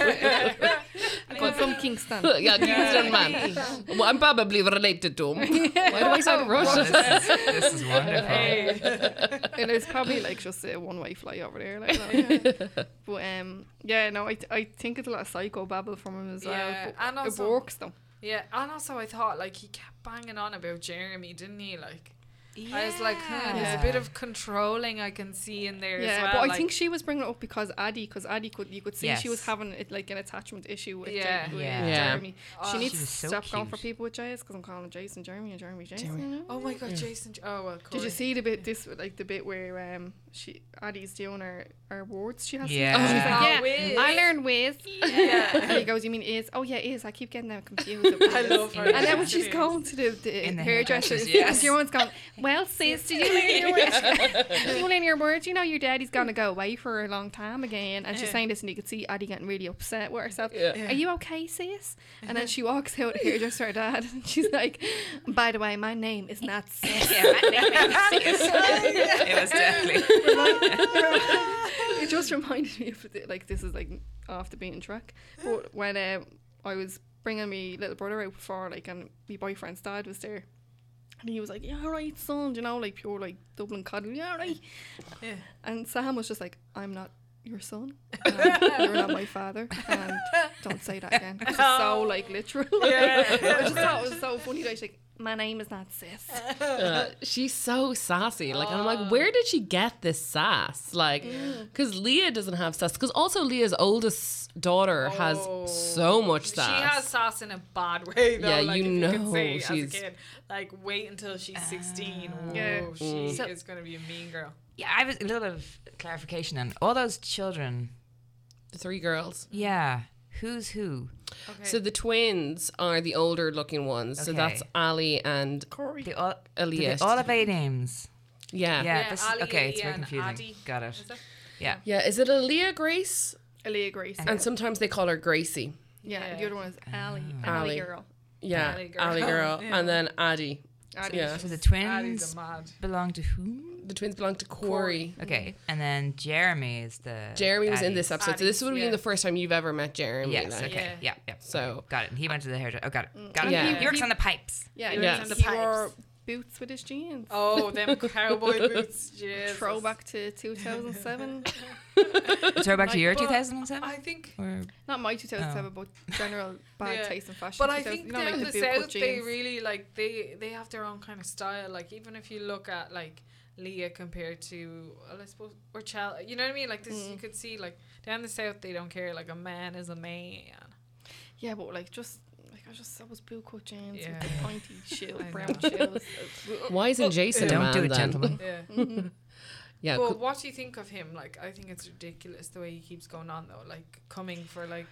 Speaker 4: Got from Kingston.
Speaker 1: Yeah, Kingston man. Well, I'm probably related to him. Why do I sound Russian?
Speaker 3: This, is, this is wonderful.
Speaker 4: and it's probably like just a one way flight over there, like that. but um, yeah, no, I, th- I think it's a lot of psycho babble from him as well.
Speaker 2: Yeah,
Speaker 4: but
Speaker 2: and
Speaker 4: it
Speaker 2: also-
Speaker 4: works though.
Speaker 2: yeah, and also I thought like he kept banging on about Jeremy, didn't he? Like I was like, huh, there's a bit of controlling I can see in there as
Speaker 4: Yeah,
Speaker 2: well.
Speaker 4: but I
Speaker 2: like-
Speaker 4: think she was bringing it up because Addie, because Addie could you could see she was
Speaker 3: Yes.
Speaker 4: having it, like an attachment issue with,
Speaker 2: Yeah.
Speaker 4: Jer- with
Speaker 3: Yeah.
Speaker 1: Yeah.
Speaker 4: Jeremy. She
Speaker 2: Oh,
Speaker 4: needs
Speaker 3: she
Speaker 4: to
Speaker 3: was so
Speaker 4: stop going for
Speaker 3: cute.
Speaker 4: people with JS because I'm calling Jason Jeremy and Jeremy Jason.
Speaker 1: Jeremy.
Speaker 4: you know?
Speaker 2: oh my god, Jason. Oh well,
Speaker 4: Did you
Speaker 2: Corey.
Speaker 4: see the bit this like the bit where um she Addie's doing her, her words she has
Speaker 3: Yeah.
Speaker 4: to do? She's
Speaker 3: Oh,
Speaker 4: like, yeah,
Speaker 2: whiz.
Speaker 4: I learned whiz.
Speaker 2: Yeah.
Speaker 4: And he goes, You mean is? Oh, yeah, is. I keep getting them confused.
Speaker 2: I love her.
Speaker 4: And then when she's
Speaker 2: It is.
Speaker 4: going to the, the,
Speaker 3: In the
Speaker 4: hairdresser,
Speaker 3: hairdressers,
Speaker 4: yes.
Speaker 3: yes.
Speaker 4: everyone's going, Well, sis, did you learn your words? did you learn your words? You know, your daddy's going to go away for a long time again. And she's saying this, and you can see Addie getting really upset with herself.
Speaker 1: Yeah.
Speaker 4: Are you okay, sis? And
Speaker 2: Uh-huh.
Speaker 4: then she walks out, hairdresser, her dad, and she's like, By the way, my name is not sis.
Speaker 3: Yeah, my name is Susan. it was definitely.
Speaker 4: it just reminded me of the, like this is like off the beaten track but when uh, um, I was bringing my little brother out before like and my boyfriend's dad was there And he was like, "Yeah, all right, son," you know, like pure like Dublin coddle. Yeah, all right.
Speaker 2: Yeah.
Speaker 4: And Sam was just like, "I'm not your son. and You're not my father. And don't say that again." It was so like literal. I just thought it was so funny. That she's like, "My name is not sis."
Speaker 1: Uh, she's so sassy. Like, I'm like, where did she get this sass? Like, because Leah doesn't have sass. Because also Leah's oldest daughter
Speaker 2: Oh.
Speaker 1: has so much sass.
Speaker 2: She has sass in a bad way, though.
Speaker 1: Yeah,
Speaker 2: like,
Speaker 1: you
Speaker 2: if you
Speaker 1: know
Speaker 2: could say
Speaker 1: she's-
Speaker 2: as a kid, like wait until she's sixteen.
Speaker 4: Ah. Yeah. Mm.
Speaker 2: Whoa, she
Speaker 3: So-
Speaker 2: is gonna be a mean girl.
Speaker 3: Yeah, I was a little of clarification on all those children.
Speaker 1: the three girls.
Speaker 3: Yeah, who's who?
Speaker 2: Okay.
Speaker 1: So the twins are the older looking ones. So that's
Speaker 3: Okay.
Speaker 1: Ali and
Speaker 3: They all, do they
Speaker 1: Elias.
Speaker 3: all have A names.
Speaker 1: yeah.
Speaker 3: Yeah,
Speaker 1: yeah.
Speaker 2: Yeah,
Speaker 3: this,
Speaker 2: Ali,
Speaker 3: okay, it's
Speaker 2: Elia,
Speaker 3: very
Speaker 2: and
Speaker 3: confusing.
Speaker 2: Adi.
Speaker 3: Got it.
Speaker 2: Is that-
Speaker 3: Yeah.
Speaker 1: is it Aaliyah Grace?
Speaker 4: Aaliyah Grace.
Speaker 1: And sometimes they call her Gracie.
Speaker 4: yeah,
Speaker 2: Yeah.
Speaker 4: And the other one is Allie.
Speaker 1: Ally.
Speaker 4: Allie girl.
Speaker 1: Yeah,
Speaker 2: Ally
Speaker 1: Ali
Speaker 2: girl.
Speaker 1: girl.
Speaker 2: Yeah.
Speaker 1: And then Addie.
Speaker 4: Allie.
Speaker 1: Yeah.
Speaker 3: So the
Speaker 2: Adi's
Speaker 3: twins
Speaker 2: a mad.
Speaker 3: belong to whom?
Speaker 1: The twins belong to Corey.
Speaker 3: Okay, and then Jeremy is the.
Speaker 1: Jeremy was in
Speaker 3: daddy.
Speaker 1: this episode, so
Speaker 2: Addie's,
Speaker 1: this would have
Speaker 2: yeah.
Speaker 1: been the first time you've ever met Jeremy.
Speaker 3: Yes.
Speaker 1: like.
Speaker 3: Okay.
Speaker 2: Yeah.
Speaker 3: Yeah. Yeah. yeah.
Speaker 1: So
Speaker 3: Got it. And he went to the hairdresser. Oh, got it. Got it.
Speaker 1: Yeah.
Speaker 3: He works on the pipes.
Speaker 4: Yeah,
Speaker 2: Yeah.
Speaker 4: yeah.
Speaker 2: Yeah. The
Speaker 4: He wore
Speaker 2: pipes.
Speaker 4: boots with his jeans.
Speaker 2: Oh, them cowboy boots. Jesus.
Speaker 4: Throwback to 2007.
Speaker 3: Throwback to
Speaker 2: Like,
Speaker 3: your
Speaker 2: but
Speaker 3: 2007.
Speaker 2: I think
Speaker 3: Or
Speaker 4: Not my 2007, but general bad
Speaker 2: Yeah.
Speaker 4: taste in fashion.
Speaker 2: But I
Speaker 4: 2000
Speaker 2: think
Speaker 4: you
Speaker 2: down
Speaker 4: know, like
Speaker 2: the,
Speaker 4: the boot
Speaker 2: south
Speaker 4: cut
Speaker 2: they
Speaker 4: jeans.
Speaker 2: really like they they have their own kind of style. Like even if you look at like Leah compared to well, I suppose or Chal, you know what I mean? Like this, you could see like down the south they don't care. Like a man is a man.
Speaker 4: Yeah, but like just like I just that was boot cut jeans
Speaker 2: Yeah.
Speaker 4: with pointy shoe,
Speaker 2: I
Speaker 4: brown
Speaker 2: know.
Speaker 4: shoes.
Speaker 1: why isn't Jason a
Speaker 3: don't
Speaker 1: man
Speaker 3: do it,
Speaker 1: then?
Speaker 3: gentlemen.
Speaker 2: Yeah.
Speaker 1: Yeah,
Speaker 2: but
Speaker 1: cool.
Speaker 2: what do you think of him? Like I think it's ridiculous the way he keeps going on though. Like coming for like,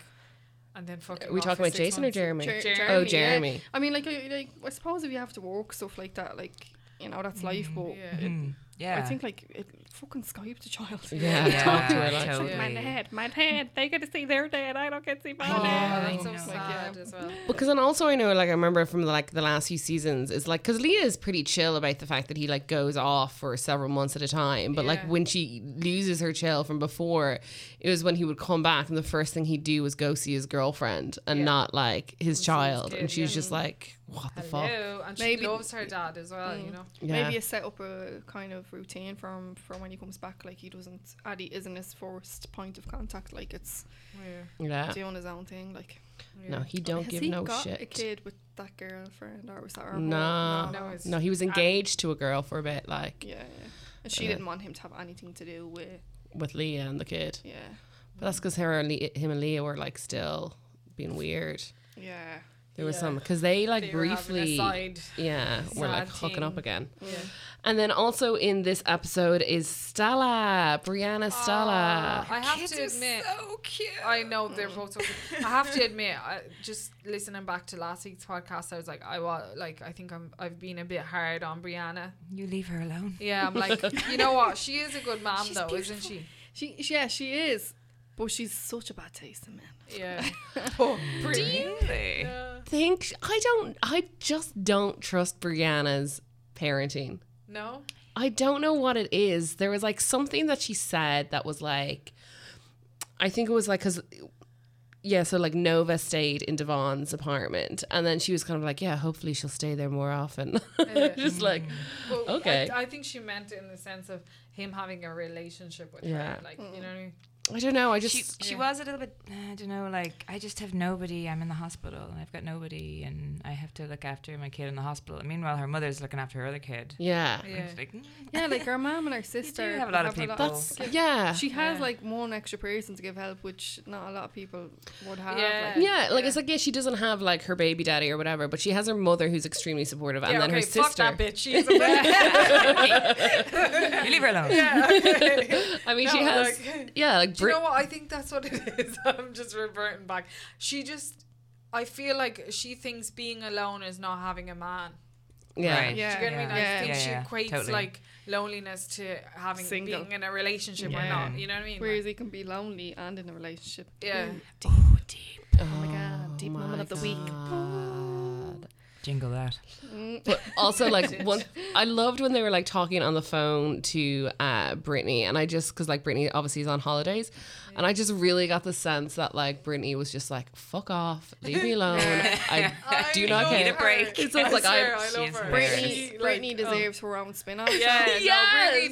Speaker 2: and then fucking.
Speaker 1: are we
Speaker 2: off
Speaker 1: talking
Speaker 2: for
Speaker 1: about
Speaker 2: six
Speaker 1: Jason
Speaker 2: months.
Speaker 1: or Jeremy?
Speaker 4: Jer-
Speaker 2: Jeremy,
Speaker 1: oh,
Speaker 4: yeah.
Speaker 1: Jeremy.
Speaker 4: I mean, like I, like I suppose if you have to work stuff like that, like you know that's life. But
Speaker 2: Yeah.
Speaker 3: Mm, yeah.
Speaker 4: I think like it fucking Skype the child.
Speaker 1: Yeah,
Speaker 3: Yeah,
Speaker 1: talk to it. Like,
Speaker 3: totally.
Speaker 2: Yeah.
Speaker 4: My dad, my dad, they get to see their dad. I don't get to see my
Speaker 2: Oh,
Speaker 4: dad.
Speaker 2: that's so
Speaker 3: Like,
Speaker 4: yeah.
Speaker 2: sad as well.
Speaker 1: Because and also I know like I remember from like the last few seasons is like because Leah is pretty chill about the fact that he like goes off for several months at a time, but
Speaker 2: Yeah.
Speaker 1: like when she loses her chill from before, it was when he would come back and the first thing he'd do was go see his girlfriend and
Speaker 2: Yeah.
Speaker 1: not like his child,
Speaker 2: kid,
Speaker 1: and she was
Speaker 2: yeah.
Speaker 1: just like, what the fuck?
Speaker 2: Hello, and she
Speaker 4: Maybe-
Speaker 2: loves her dad as well. You know.
Speaker 1: Yeah.
Speaker 4: Maybe you set up a kind of routine for him for when he comes back. Like he doesn't, Addy isn't his first point of contact. Like it's
Speaker 2: Yeah.
Speaker 1: yeah.
Speaker 4: doing his own thing. Like
Speaker 1: No, he don't
Speaker 4: has
Speaker 1: give
Speaker 4: he
Speaker 1: no
Speaker 4: got
Speaker 1: shit.
Speaker 4: a kid with that girlfriend or was that her?
Speaker 1: Nah.
Speaker 4: whole-
Speaker 2: No, it's-
Speaker 1: No, he was engaged to a girl for a bit, like
Speaker 4: Yeah, yeah. And she didn't want him to have anything to do with.
Speaker 1: with Leah and the kid.
Speaker 4: Yeah,
Speaker 1: But that's because her and Le- him and Leah were like still being weird.
Speaker 4: yeah.
Speaker 1: There was
Speaker 2: Yeah.
Speaker 1: some because they like
Speaker 2: They were having a
Speaker 1: briefly,
Speaker 2: side
Speaker 1: yeah, were like
Speaker 2: sad
Speaker 1: hooking up
Speaker 2: thing.
Speaker 1: again.
Speaker 2: Yeah.
Speaker 1: And then also in this episode is Stella, Brianna Stella.
Speaker 2: Oh, I have to
Speaker 3: Kids are
Speaker 2: admit,
Speaker 3: so cute.
Speaker 2: I know they're both. So cute. I have to admit, I, just listening back to last week's podcast, I was like, I was like, I think I'm, I've been a bit hard on Brianna.
Speaker 3: You leave her alone.
Speaker 2: Yeah, I'm like, you know what? She is a good mom,
Speaker 4: She's
Speaker 2: though, isn't
Speaker 4: beautiful.
Speaker 2: she?
Speaker 4: She, she- yeah, she is, but she's such a bad taste in men.
Speaker 2: Yeah. Oh, Bri-
Speaker 3: Really?
Speaker 2: Yeah.
Speaker 1: think I don't. I just don't trust Brianna's parenting.
Speaker 2: No.
Speaker 1: I don't know what it is. There was like something that she said that was like, I think it was like because. Yeah, so like Nova stayed in Devon's apartment, and then she was kind of like, "Yeah, hopefully she'll stay there more often." Just like,
Speaker 2: Well,
Speaker 1: Okay.
Speaker 2: I, I think she meant it in the sense of him having a relationship with her.
Speaker 1: Yeah.
Speaker 2: Like, you know what I mean?
Speaker 1: I don't know. I just
Speaker 3: She, she was a little bit, uh, I don't know, like, I just have nobody. I'm in the hospital and I've got nobody and I have to look after my kid in the hospital. And meanwhile, her mother's looking after her other kid.
Speaker 1: yeah.
Speaker 2: Yeah.
Speaker 3: It's like, mm,
Speaker 4: Yeah, like her mom and her sister.
Speaker 3: have a lot of people.
Speaker 1: That's
Speaker 2: Oh.
Speaker 1: yeah.
Speaker 4: She has
Speaker 2: Yeah.
Speaker 4: like one extra person to give help, which not a lot of people would have.
Speaker 2: Yeah.
Speaker 4: Like,
Speaker 1: yeah, like it's like yeah, she doesn't have like her baby daddy or whatever, but she has her mother who's extremely supportive, and
Speaker 2: yeah,
Speaker 1: then
Speaker 2: okay,
Speaker 1: her
Speaker 2: Fuck that
Speaker 1: sister.
Speaker 2: bitch. She's a bad.
Speaker 3: you leave her alone.
Speaker 1: I mean, she
Speaker 2: No,
Speaker 1: has
Speaker 2: like-
Speaker 1: yeah, like
Speaker 2: Do you
Speaker 1: Bri-
Speaker 2: know what? I think that's what it is. I'm just reverting back. She just, I feel like she thinks being alone is not having a man.
Speaker 1: yeah,
Speaker 3: Right.
Speaker 4: Yeah.
Speaker 2: Do you get what I mean?
Speaker 4: Yeah.
Speaker 2: I think
Speaker 3: Yeah,
Speaker 2: she
Speaker 3: yeah,
Speaker 2: equates
Speaker 3: totally.
Speaker 2: like loneliness to having
Speaker 4: Single.
Speaker 2: being in a relationship
Speaker 4: Yeah.
Speaker 2: or not. You know what I mean?
Speaker 4: Whereas he can be lonely and in a relationship.
Speaker 2: Like, yeah.
Speaker 3: Oh, deep.
Speaker 1: Oh
Speaker 4: my God, deep moment of the week.
Speaker 1: God.
Speaker 3: Jingle that.
Speaker 4: Mm.
Speaker 1: But also, like, one, I loved when they were like talking on the phone to uh, Brittany, and I just because like Brittany obviously is on holidays, and I just really got the sense that like Brittany was just like, "Fuck off, leave me alone. I do not
Speaker 2: love
Speaker 3: Need a
Speaker 1: care."
Speaker 2: her.
Speaker 3: break.
Speaker 1: It sounds
Speaker 2: I
Speaker 1: like
Speaker 2: swear,
Speaker 1: I'm-
Speaker 2: I love
Speaker 3: She's
Speaker 2: her.
Speaker 3: Brittany-
Speaker 2: She,
Speaker 4: Brittany,
Speaker 2: like,
Speaker 4: Brittany
Speaker 2: oh.
Speaker 4: deserves her own spin off.
Speaker 2: Yeah, no, Brittany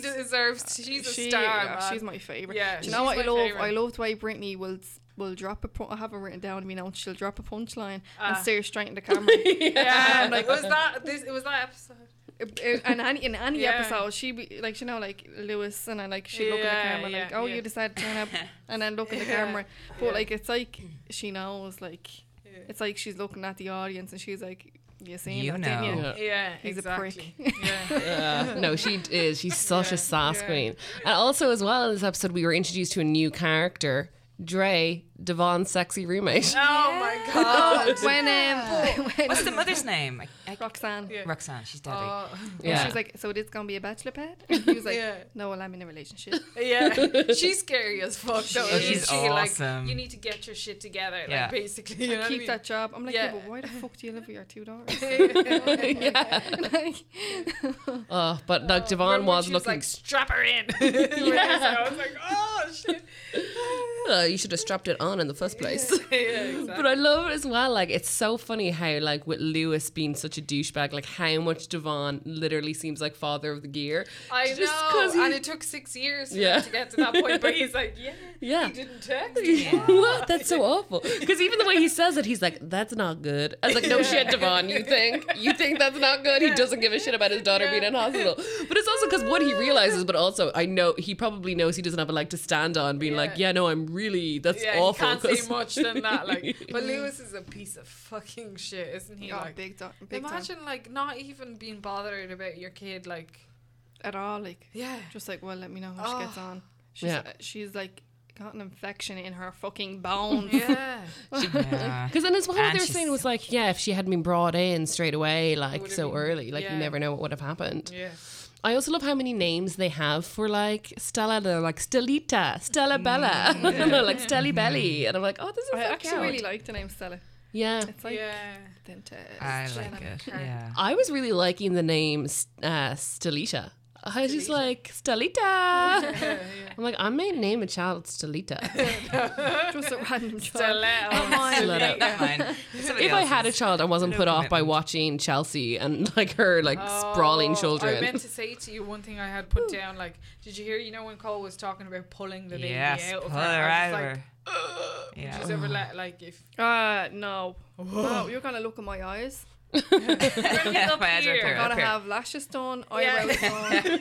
Speaker 1: Yes.
Speaker 2: deserves. She's a
Speaker 4: she,
Speaker 2: star.
Speaker 4: yeah,
Speaker 2: man.
Speaker 4: she's my favorite.
Speaker 2: Yeah,
Speaker 4: Do you know
Speaker 2: she's
Speaker 4: what I
Speaker 2: my
Speaker 4: love?
Speaker 2: favourite.
Speaker 4: I love the way Brittany will will drop a. Pun- I have it written down. I mean, now she'll drop a punchline and
Speaker 2: Ah.
Speaker 4: stare straight in the camera.
Speaker 2: yeah, like
Speaker 4: "Oh."
Speaker 2: was that this? It was that episode.
Speaker 4: It- it- and any, Uh, in any
Speaker 2: Yeah.
Speaker 4: episode, she be like, you know, like Lewis, and I like she look at the
Speaker 2: Yeah,
Speaker 4: camera,
Speaker 2: yeah,
Speaker 4: like, oh,
Speaker 2: yeah.
Speaker 4: you decided to turn up, and then look at the
Speaker 2: Yeah,
Speaker 4: camera. But
Speaker 2: yeah.
Speaker 4: like, it's like she knows, like,
Speaker 2: Yeah,
Speaker 4: it's like she's looking at the audience, and she's like, you seen
Speaker 3: You
Speaker 4: that, didn't you?
Speaker 3: know.
Speaker 1: Yeah.
Speaker 2: yeah
Speaker 4: He's
Speaker 2: exactly.
Speaker 4: a prick.
Speaker 2: Yeah.
Speaker 1: Yeah. no, she is. She's such
Speaker 2: Yeah,
Speaker 1: a sass
Speaker 2: yeah.
Speaker 1: queen. And also, as well, in this episode, we were introduced to a new character, Dre, Devon's sexy roommate.
Speaker 2: Oh my god.
Speaker 4: when um, when
Speaker 3: What's the mother's name? I, I,
Speaker 4: Roxanne,
Speaker 2: Yeah.
Speaker 3: Roxanne. She's deadly.
Speaker 2: Oh,
Speaker 4: she
Speaker 1: Yeah.
Speaker 4: was like, so it is gonna be a bachelor pad? And he was like,
Speaker 2: Yeah.
Speaker 4: no, well, I'm in a relationship.
Speaker 2: yeah, she's scary as fuck. Though, isn't
Speaker 3: She's
Speaker 2: she?
Speaker 3: awesome.
Speaker 2: Like, you need to get your shit together. Like,
Speaker 3: Yeah.
Speaker 2: basically, you know what I
Speaker 4: Keep
Speaker 2: mean?
Speaker 4: that job. I'm like, yeah.
Speaker 2: Yeah.
Speaker 4: but why the fuck do you live with your two daughters?
Speaker 1: yeah.
Speaker 4: like,
Speaker 1: Oh, but like Devon
Speaker 2: Remember when
Speaker 1: was
Speaker 2: she
Speaker 1: looking.
Speaker 2: like strap her in. yeah. I was like, oh shit.
Speaker 1: Uh, you should have strapped it on in the first place.
Speaker 2: yeah, exactly.
Speaker 1: But I love it as well. Like it's so funny how like with Lewis being such a douchebag, like how much Devon literally seems like father of the gear.
Speaker 2: I
Speaker 1: Just
Speaker 2: know,
Speaker 1: 'cause he-
Speaker 2: and it took six years for
Speaker 1: Yeah.
Speaker 2: him to get to that point. But he's like, yeah,
Speaker 1: Yeah.
Speaker 2: he didn't text.
Speaker 1: what? That's so awful. Because even the way he says it, he's like, "That's not good." I was like, "No shit, Devon. You think you think that's not good?" He doesn't give a shit about his daughter being in hospital. But it's also because what he realizes, but also I know he probably knows he doesn't have a leg to stand on, being like,
Speaker 2: Yeah.
Speaker 1: "Yeah, no, I'm really that's
Speaker 2: Yeah,
Speaker 1: awful."
Speaker 2: he can't
Speaker 1: 'cause-
Speaker 2: say much than that. Like, but Lewis is a piece of fucking shit, isn't he?
Speaker 4: oh,
Speaker 2: like,
Speaker 4: big, do- big time.
Speaker 2: imagine like not even being bothered about your kid. Like,
Speaker 4: At all, like,
Speaker 2: yeah,
Speaker 4: just like, well, let me know how she gets
Speaker 2: Oh.
Speaker 4: on. She's,
Speaker 1: Yeah.
Speaker 4: uh, she's like got an infection in her fucking bones.
Speaker 2: yeah.
Speaker 3: Yeah.
Speaker 1: Because then as well,
Speaker 3: And
Speaker 1: they were
Speaker 3: she's
Speaker 1: saying it was like, yeah, if she had been brought in straight away, like
Speaker 2: Would've
Speaker 1: so
Speaker 2: been-
Speaker 1: early, like
Speaker 2: yeah.
Speaker 1: you never know what would have happened.
Speaker 2: Yeah.
Speaker 1: I also love how many names they have for like Stella. They're like Stellita, Stella Bella, like Stelly Belly, and I'm like, oh, this is
Speaker 4: I
Speaker 1: so
Speaker 4: actually
Speaker 1: cute.
Speaker 4: really like the name Stella.
Speaker 1: yeah.
Speaker 4: It's like
Speaker 2: yeah.
Speaker 4: authentic.
Speaker 3: I
Speaker 2: Jenna
Speaker 3: like it.
Speaker 2: McCarthy.
Speaker 3: Yeah.
Speaker 1: I was really liking the name uh, Stellita. I was just like Stellita. I'm like, I may name a child Stellita.
Speaker 4: just a random Oh child.
Speaker 2: Stiletto.
Speaker 1: Stiletto.
Speaker 3: Not mine. Somebody
Speaker 1: If I
Speaker 3: else's.
Speaker 1: had a child, I wasn't put off by
Speaker 3: commitment.
Speaker 1: watching Chelsea and like her like sprawling
Speaker 2: Oh, I
Speaker 1: children.
Speaker 2: meant to say to you one thing I had put down. Like, did you hear? You know when Cole was talking about pulling the baby
Speaker 3: yes,
Speaker 2: out
Speaker 3: pull
Speaker 2: of
Speaker 3: her
Speaker 2: I was
Speaker 3: out.
Speaker 2: like,
Speaker 3: of her. Yeah.
Speaker 2: She's ever let like if
Speaker 4: Ah, no. No, you're going to look in my eyes.
Speaker 2: bring it up
Speaker 3: My eyes are
Speaker 2: here.
Speaker 3: clear.
Speaker 4: I'm going
Speaker 3: Okay.
Speaker 4: to have lashes done,
Speaker 2: Yeah.
Speaker 4: eyebrows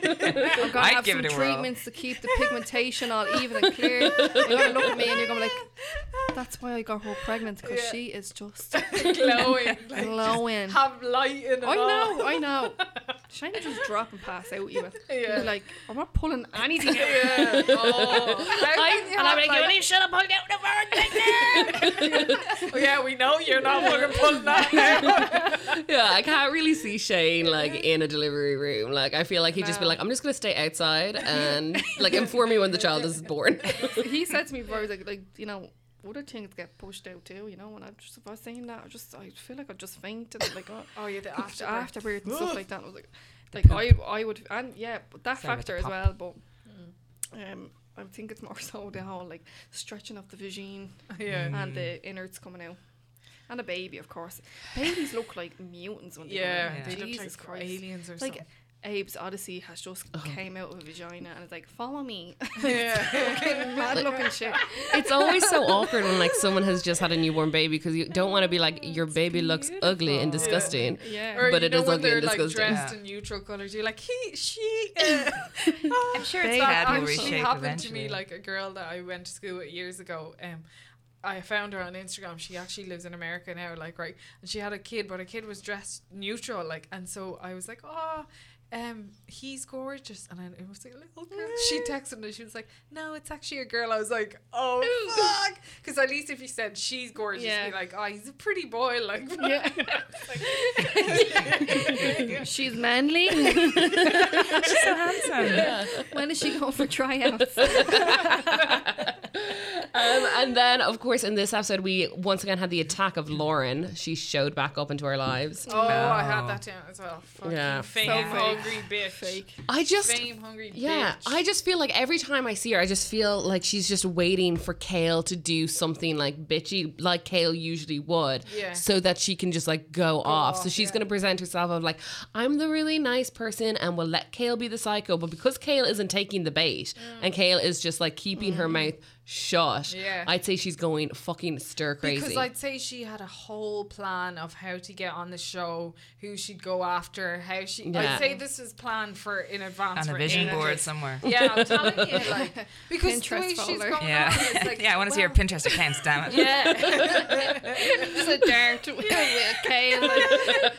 Speaker 4: done. I'm going to
Speaker 3: I'd
Speaker 4: have
Speaker 3: give
Speaker 4: some
Speaker 3: it a whirl.
Speaker 4: treatments to keep the pigmentation all even and clear. And you're going to look at me and you're going to be like, that's why I got her pregnant, because
Speaker 2: Yeah.
Speaker 4: she is just
Speaker 2: glowing, like,
Speaker 4: glowing.
Speaker 2: have light in it.
Speaker 4: I
Speaker 2: all.
Speaker 4: know, I know. Shine just drop and pass out even.
Speaker 2: Yeah.
Speaker 4: You're like, I'm not pulling anything out.
Speaker 2: Yeah. Oh. I, and I'm like, you need shut up, hold out the bird Yeah, we know you're not fucking pulling that out.
Speaker 1: Yeah, I can't really see Shane like in a delivery room. Like I feel like he'd just be
Speaker 4: No.
Speaker 1: like, I'm just gonna stay outside and like inform me when the child is born.
Speaker 4: he said to me before, he was like, like you know, other things get pushed out too, you know. And I just, if I was saying that, I just, I feel like I just fainted, like oh,
Speaker 2: Oh, yeah, the after.
Speaker 4: after afterward and stuff like that. I was like, like I, I would, and yeah, but that
Speaker 3: Sorry about
Speaker 4: factor
Speaker 3: the
Speaker 4: as well.
Speaker 3: pop.
Speaker 4: But
Speaker 2: Mm.
Speaker 4: um, I think it's more so the whole like stretching of the vagine
Speaker 2: Yeah.
Speaker 4: and the innards coming out. And a baby, of course. Babies look like mutants when they come
Speaker 2: Yeah,
Speaker 4: out.
Speaker 2: they look
Speaker 4: Jesus
Speaker 2: like
Speaker 4: Christ.
Speaker 2: aliens or
Speaker 4: Like
Speaker 2: something.
Speaker 4: Abe's Odyssey has just came out of a vagina and it's like, follow me.
Speaker 2: Yeah.
Speaker 4: Mad looking shit.
Speaker 1: It's always so awkward when like someone has just had a newborn baby because you don't want to be like your baby looks ugly and disgusting.
Speaker 4: Yeah.
Speaker 2: Or
Speaker 1: But
Speaker 2: you
Speaker 1: it
Speaker 2: know
Speaker 1: is
Speaker 2: when
Speaker 1: ugly
Speaker 2: they're
Speaker 1: and
Speaker 2: like
Speaker 1: disgusting.
Speaker 2: dressed in neutral colors, you're like he, she. uh,
Speaker 3: I'm sure it's
Speaker 4: They
Speaker 2: that
Speaker 3: had will
Speaker 2: actually
Speaker 3: reshape
Speaker 2: happened
Speaker 3: eventually.
Speaker 2: to me like a girl that i went to school with years ago um i found her on instagram she actually lives in america now like right and she had a kid but her kid was dressed neutral like and so i was like oh um, he's gorgeous, and I it was like a little girl. She texted me. She was like, "No, it's actually a girl." I was like, "Oh fuck!" Because at least if you said she's gorgeous,
Speaker 4: Yeah.
Speaker 2: you'd be like, "Oh, he's a pretty boy." Like,
Speaker 4: Yeah. She's manly.
Speaker 3: so handsome.
Speaker 4: When is she going for tryouts?
Speaker 1: Um, and then, of course, in this episode, we once again had the attack of Lauren. She showed back up into our lives.
Speaker 2: Oh, I had that down as well. Fucking
Speaker 1: Yeah.
Speaker 2: fame
Speaker 4: So
Speaker 2: hungry bitch.
Speaker 4: Fake.
Speaker 1: I just
Speaker 2: Fame hungry bitch.
Speaker 1: Yeah, I just feel like every time I see her, I just feel like she's just waiting for Kale to do something like bitchy, like Kale usually would,
Speaker 2: Yeah.
Speaker 1: so that she can just like go, off. So
Speaker 2: off,
Speaker 1: she's
Speaker 2: yeah.
Speaker 1: gonna present herself of like, I'm the really nice person, and we'll let Kale be the psycho. But because Kale isn't taking the bait,
Speaker 2: Mm.
Speaker 1: and Kale is just like keeping her mouth shut,
Speaker 2: Mm-hmm. Yeah.
Speaker 1: I'd say she's going fucking stir crazy.
Speaker 2: Because I'd say she had a whole plan of how to get on the show, who she'd go after, how she.
Speaker 1: Yeah.
Speaker 2: I'd say this was planned for in advance.
Speaker 3: on a
Speaker 2: for
Speaker 3: vision
Speaker 2: ages.
Speaker 3: board somewhere.
Speaker 2: Yeah, I'm telling you, like because the way
Speaker 4: Pinterest
Speaker 2: she's
Speaker 4: folder.
Speaker 2: going
Speaker 3: Yeah,
Speaker 2: on is like,
Speaker 3: yeah. I want to see her
Speaker 2: well,
Speaker 3: Pinterest accounts. Damn it.
Speaker 4: Just a dart with, with Kale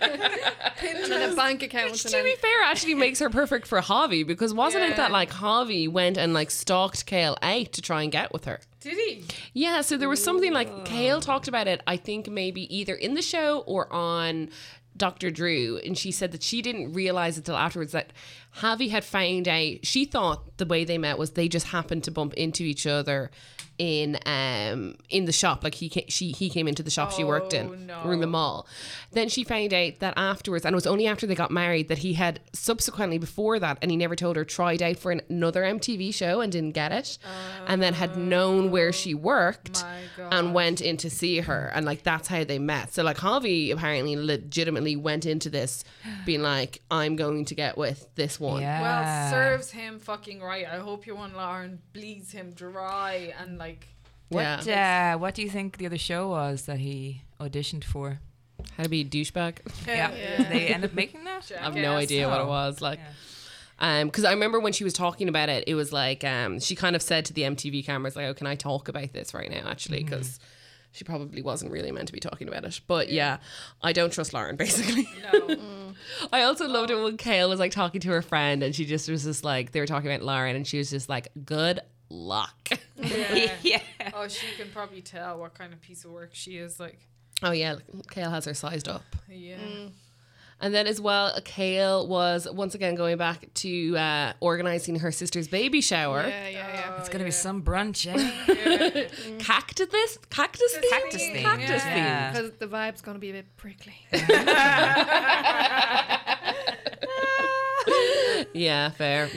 Speaker 4: and then a bank account.
Speaker 1: Which,
Speaker 4: And
Speaker 1: to be
Speaker 4: then,
Speaker 1: fair, actually makes her perfect for Harvey because wasn't it
Speaker 2: Yeah.
Speaker 1: that like Harvey went and like stalked Kale out to try and get with her?
Speaker 2: Did he?
Speaker 1: Yeah, so there was something like Kale talked about it, I think maybe either in the show or on Dr. Drew, and she said that she didn't realize until afterwards that Javi had found out she thought the way they met was they just happened to bump into each other in um in the shop like he came, she he came into the shop she worked
Speaker 2: Oh,
Speaker 1: in
Speaker 2: no.
Speaker 1: or in the mall then she found out that afterwards and it was only after they got married that he had subsequently before that and he never told her tried out for an- another MTV show and didn't get it and then had known where she worked
Speaker 2: My
Speaker 1: and went in to see her and like that's how they met so like harvey apparently legitimately went into this being like i'm going to get with this one
Speaker 3: Yeah.
Speaker 2: Well, serves him fucking right. I hope you and Lauren bleeds him dry and like.
Speaker 1: yeah.
Speaker 3: What, uh, what do you think the other show was that he auditioned for?
Speaker 1: how to be a douchebag
Speaker 2: Uh,
Speaker 3: Yeah. Did they end up making that?
Speaker 1: i have no
Speaker 2: Jackass.
Speaker 1: idea what it
Speaker 3: Oh.
Speaker 1: was like Um, 'cause because I remember when she was talking about it, it was like um, she kind of said to the MTV cameras, like, "Oh, can I talk about this right now?" Actually, because she probably wasn't really meant to be talking about it. But yeah, I don't trust Lauren. Basically,
Speaker 2: No.
Speaker 1: I also loved it when Kale was like talking to her friend, and she just was just like they were talking about Lauren, and she was just like, "Good luck."
Speaker 2: Yeah.
Speaker 3: Yeah.
Speaker 2: Oh, she can probably tell what kind of piece of work she is. Like,
Speaker 1: oh yeah, Kale has her sized up.
Speaker 2: yeah.
Speaker 4: Mm.
Speaker 1: And then as well, Kale was once again going back to uh, organizing her sister's baby shower.
Speaker 4: yeah, yeah, yeah.
Speaker 3: It's gonna be some brunch, eh?
Speaker 1: Cactus, cactus, theme?
Speaker 3: Cactus theme.
Speaker 1: cactus
Speaker 2: Yeah.
Speaker 1: theme.
Speaker 3: Yeah.
Speaker 4: Because the vibe's going to be a bit prickly.
Speaker 1: Yeah, fair.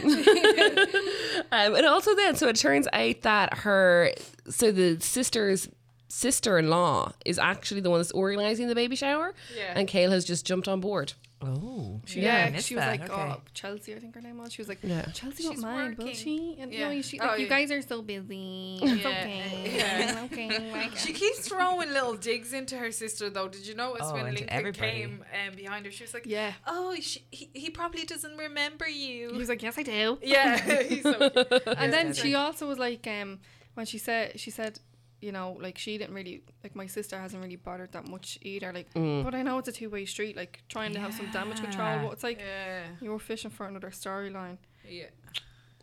Speaker 1: um, and also then, so it turns out that her, so the sister's sister-in-law is actually the one that's organizing the baby shower,
Speaker 2: Yeah.
Speaker 1: and Kale has just jumped on board.
Speaker 3: Oh.
Speaker 4: Yeah,
Speaker 3: I missed
Speaker 4: she was
Speaker 3: that,
Speaker 4: like,
Speaker 3: okay.
Speaker 4: oh, Chelsea, I think her name was. She was like,
Speaker 1: Yeah.
Speaker 4: Chelsea
Speaker 2: She's
Speaker 4: won't mind, will
Speaker 2: working.
Speaker 4: she? And
Speaker 2: Yeah.
Speaker 4: no, she,
Speaker 2: Oh,
Speaker 4: like, you
Speaker 2: yeah.
Speaker 4: guys are so busy. It's
Speaker 2: Yeah,
Speaker 4: okay.
Speaker 2: yeah.
Speaker 4: okay. like,
Speaker 2: She keeps throwing little digs into her sister, though. Did you notice
Speaker 3: Oh,
Speaker 2: when
Speaker 3: into
Speaker 2: Lincoln
Speaker 3: everybody.
Speaker 2: came um, behind her? She was like,
Speaker 4: Yeah.
Speaker 2: Oh, she, he, he probably doesn't remember
Speaker 4: He
Speaker 2: you.
Speaker 4: was like, yes, I do.
Speaker 2: Yeah. He's so cute.
Speaker 4: and then
Speaker 3: that's
Speaker 4: she also was like, um, when she said, she said, you know, like she didn't really like my sister hasn't really bothered that much either. Like, but I know it's a two way street. Like trying to have some damage control,
Speaker 3: Yeah.
Speaker 4: but it's like
Speaker 2: Yeah.
Speaker 4: you're fishing for another storyline.
Speaker 2: Yeah.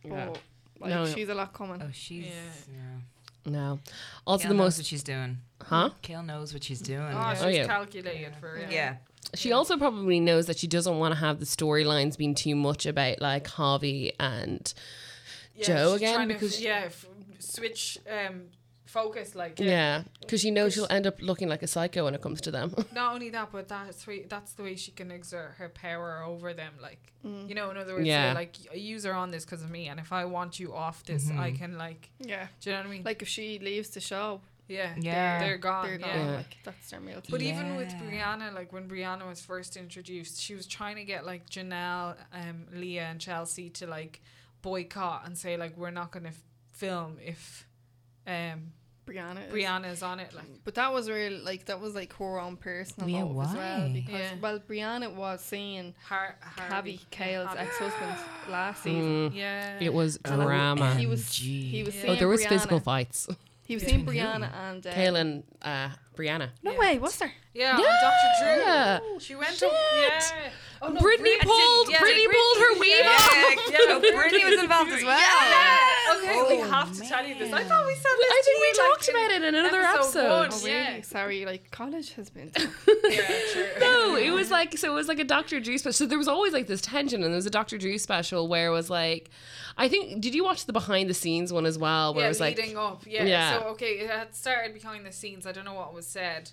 Speaker 1: Yeah.
Speaker 4: But like
Speaker 1: No, Uh, no.
Speaker 4: she's a lot coming.
Speaker 3: Oh, she's.
Speaker 2: Yeah.
Speaker 3: yeah.
Speaker 1: No. Also
Speaker 3: Kale
Speaker 1: the
Speaker 3: knows
Speaker 1: most,
Speaker 3: what she's doing.
Speaker 1: huh?
Speaker 3: Kale knows what she's doing.
Speaker 2: Oh, she's
Speaker 1: yeah.
Speaker 2: calculated for um, real.
Speaker 3: yeah.
Speaker 1: She also probably knows that she doesn't want to have the storylines being too much about like Harvey and
Speaker 2: Yeah,
Speaker 1: Joe
Speaker 2: she's
Speaker 1: again
Speaker 2: trying to f-
Speaker 1: because-
Speaker 2: yeah, f- switch um, focus. Like uh,
Speaker 1: yeah, because she knows she'll end up looking like a psycho when it comes to them.
Speaker 2: Not only that, but that's way, that's the way she can exert her power over them. Like
Speaker 4: Mm.
Speaker 2: you know, in other words,
Speaker 1: Yeah.
Speaker 2: yeah. like use her on this because of me, and if I want you off this, I can like.
Speaker 4: Yeah.
Speaker 2: Do you know what I mean?
Speaker 4: Like if she leaves the show,
Speaker 2: yeah,
Speaker 3: Yeah.
Speaker 2: they're, they're gone.
Speaker 4: they're gone.
Speaker 2: Oh, yeah.
Speaker 1: Yeah.
Speaker 4: Like that's their meal.
Speaker 2: But even with
Speaker 3: Yeah.
Speaker 2: Brianna, like when Brianna was first introduced, she was trying to get like Janelle, um, Leah, and Chelsea to like boycott and say like we're not going to f- film if um,
Speaker 4: Brianna. is-
Speaker 2: Brianna is on it. Like
Speaker 4: But that was real. Like that was like her own personal
Speaker 3: Yeah,
Speaker 4: love as well.
Speaker 3: why?
Speaker 4: Because
Speaker 2: Yeah.
Speaker 4: well, Brianna was seeing
Speaker 2: Har-
Speaker 4: Javi,
Speaker 2: Harvey,
Speaker 4: Kale's
Speaker 2: Harvey.
Speaker 4: ex-husband
Speaker 1: Mm.
Speaker 4: last season.
Speaker 2: Yeah.
Speaker 1: It was
Speaker 3: Oh,
Speaker 1: drama.
Speaker 4: He was.
Speaker 3: OMG.
Speaker 4: He was.
Speaker 2: Yeah.
Speaker 1: Oh,
Speaker 4: seeing
Speaker 1: there was
Speaker 4: Brianna.
Speaker 1: physical fights.
Speaker 4: He was seeing
Speaker 3: Between who?
Speaker 4: Brianna and uh,
Speaker 1: Kale and uh, Brianna.
Speaker 4: No
Speaker 2: Yeah.
Speaker 4: way. What's there?
Speaker 2: Yeah,
Speaker 1: Yeah.
Speaker 2: on Dr. Drew. She went to
Speaker 1: Shit.
Speaker 2: yeah. Oh,
Speaker 1: Brittany pulled- Brittany pulled her weave
Speaker 2: yeah,
Speaker 1: off.
Speaker 2: Yeah,
Speaker 3: Oh, Brittany was involved as well.
Speaker 2: Yeah. okay, we
Speaker 3: Oh,
Speaker 2: have to tell you this. I
Speaker 3: man.
Speaker 2: thought we said this.
Speaker 1: I
Speaker 2: to
Speaker 1: think we
Speaker 2: you, like,
Speaker 1: talked about it in another
Speaker 2: episode one.
Speaker 1: episode.
Speaker 4: Oh, really?
Speaker 2: Yeah.
Speaker 4: Sorry, like college has been.
Speaker 2: Yeah, true.
Speaker 1: No, it was like so. It was like a Dr. Drew special. So there was always like this tension, and there was a Dr. Drew special where it was like, I think, did you watch the behind the scenes one as well? Where
Speaker 2: yeah,
Speaker 1: it was like,
Speaker 2: leading up. Yeah.
Speaker 1: Yeah.
Speaker 2: So okay, it had started behind the scenes. I don't know what was said.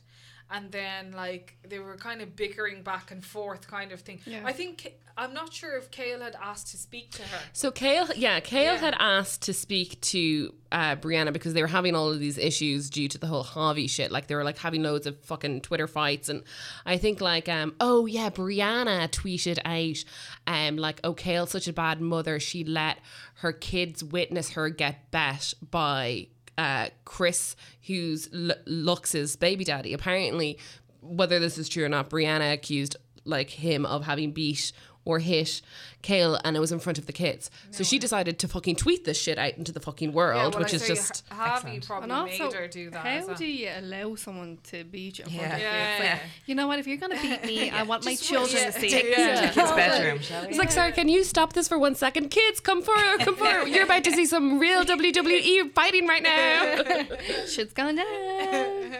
Speaker 2: And then like they were kind of bickering back and forth kind of thing.
Speaker 4: Yeah.
Speaker 2: I think K- I'm not sure if Kale had asked to speak to her.
Speaker 1: So Kale, yeah, Kale
Speaker 2: Yeah.
Speaker 1: had asked to speak to uh, Brianna because they were having all of these issues due to the whole Harvey shit. Like they were like having loads of fucking Twitter fights, and I think like, um, oh yeah, Brianna tweeted out, um, like, oh Kale's such a bad mother. She let her kids witness her get bet by uh, Chris, who's L- Lux's baby daddy. Apparently, whether this is true or not, Brianna accused like him of having beat or hit Kale, and it was in front of the kids. so she decided to fucking tweet this shit out into the fucking
Speaker 2: Yeah,
Speaker 1: world,
Speaker 2: well,
Speaker 1: Oh, which
Speaker 2: I
Speaker 1: is
Speaker 2: say
Speaker 1: just
Speaker 2: Ha- Harvey
Speaker 3: excellent.
Speaker 2: probably
Speaker 4: And also,
Speaker 2: made her do that. as
Speaker 4: how
Speaker 2: well.
Speaker 4: do you allow someone to beat you? in front
Speaker 3: Yeah.
Speaker 4: of you?
Speaker 2: Yeah.
Speaker 4: It's like, you know what? If you're gonna beat me, I want my
Speaker 2: Just wait-
Speaker 4: children
Speaker 2: yeah,
Speaker 4: to see
Speaker 2: take-
Speaker 4: it.
Speaker 2: yeah.
Speaker 3: It's his bedroom, shall we?
Speaker 1: It's like, sorry, can you stop this for one second? Kids, come forward, come forward. You're about to see some real WWE fighting right now.
Speaker 4: Shit's gone down.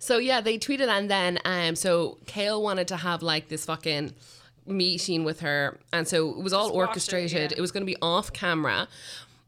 Speaker 1: So yeah, they tweeted and then um so Kale wanted to have like this fucking meeting with her and so it was all
Speaker 2: watch it,
Speaker 1: orchestrated.
Speaker 2: yeah.
Speaker 1: It was gonna be off camera.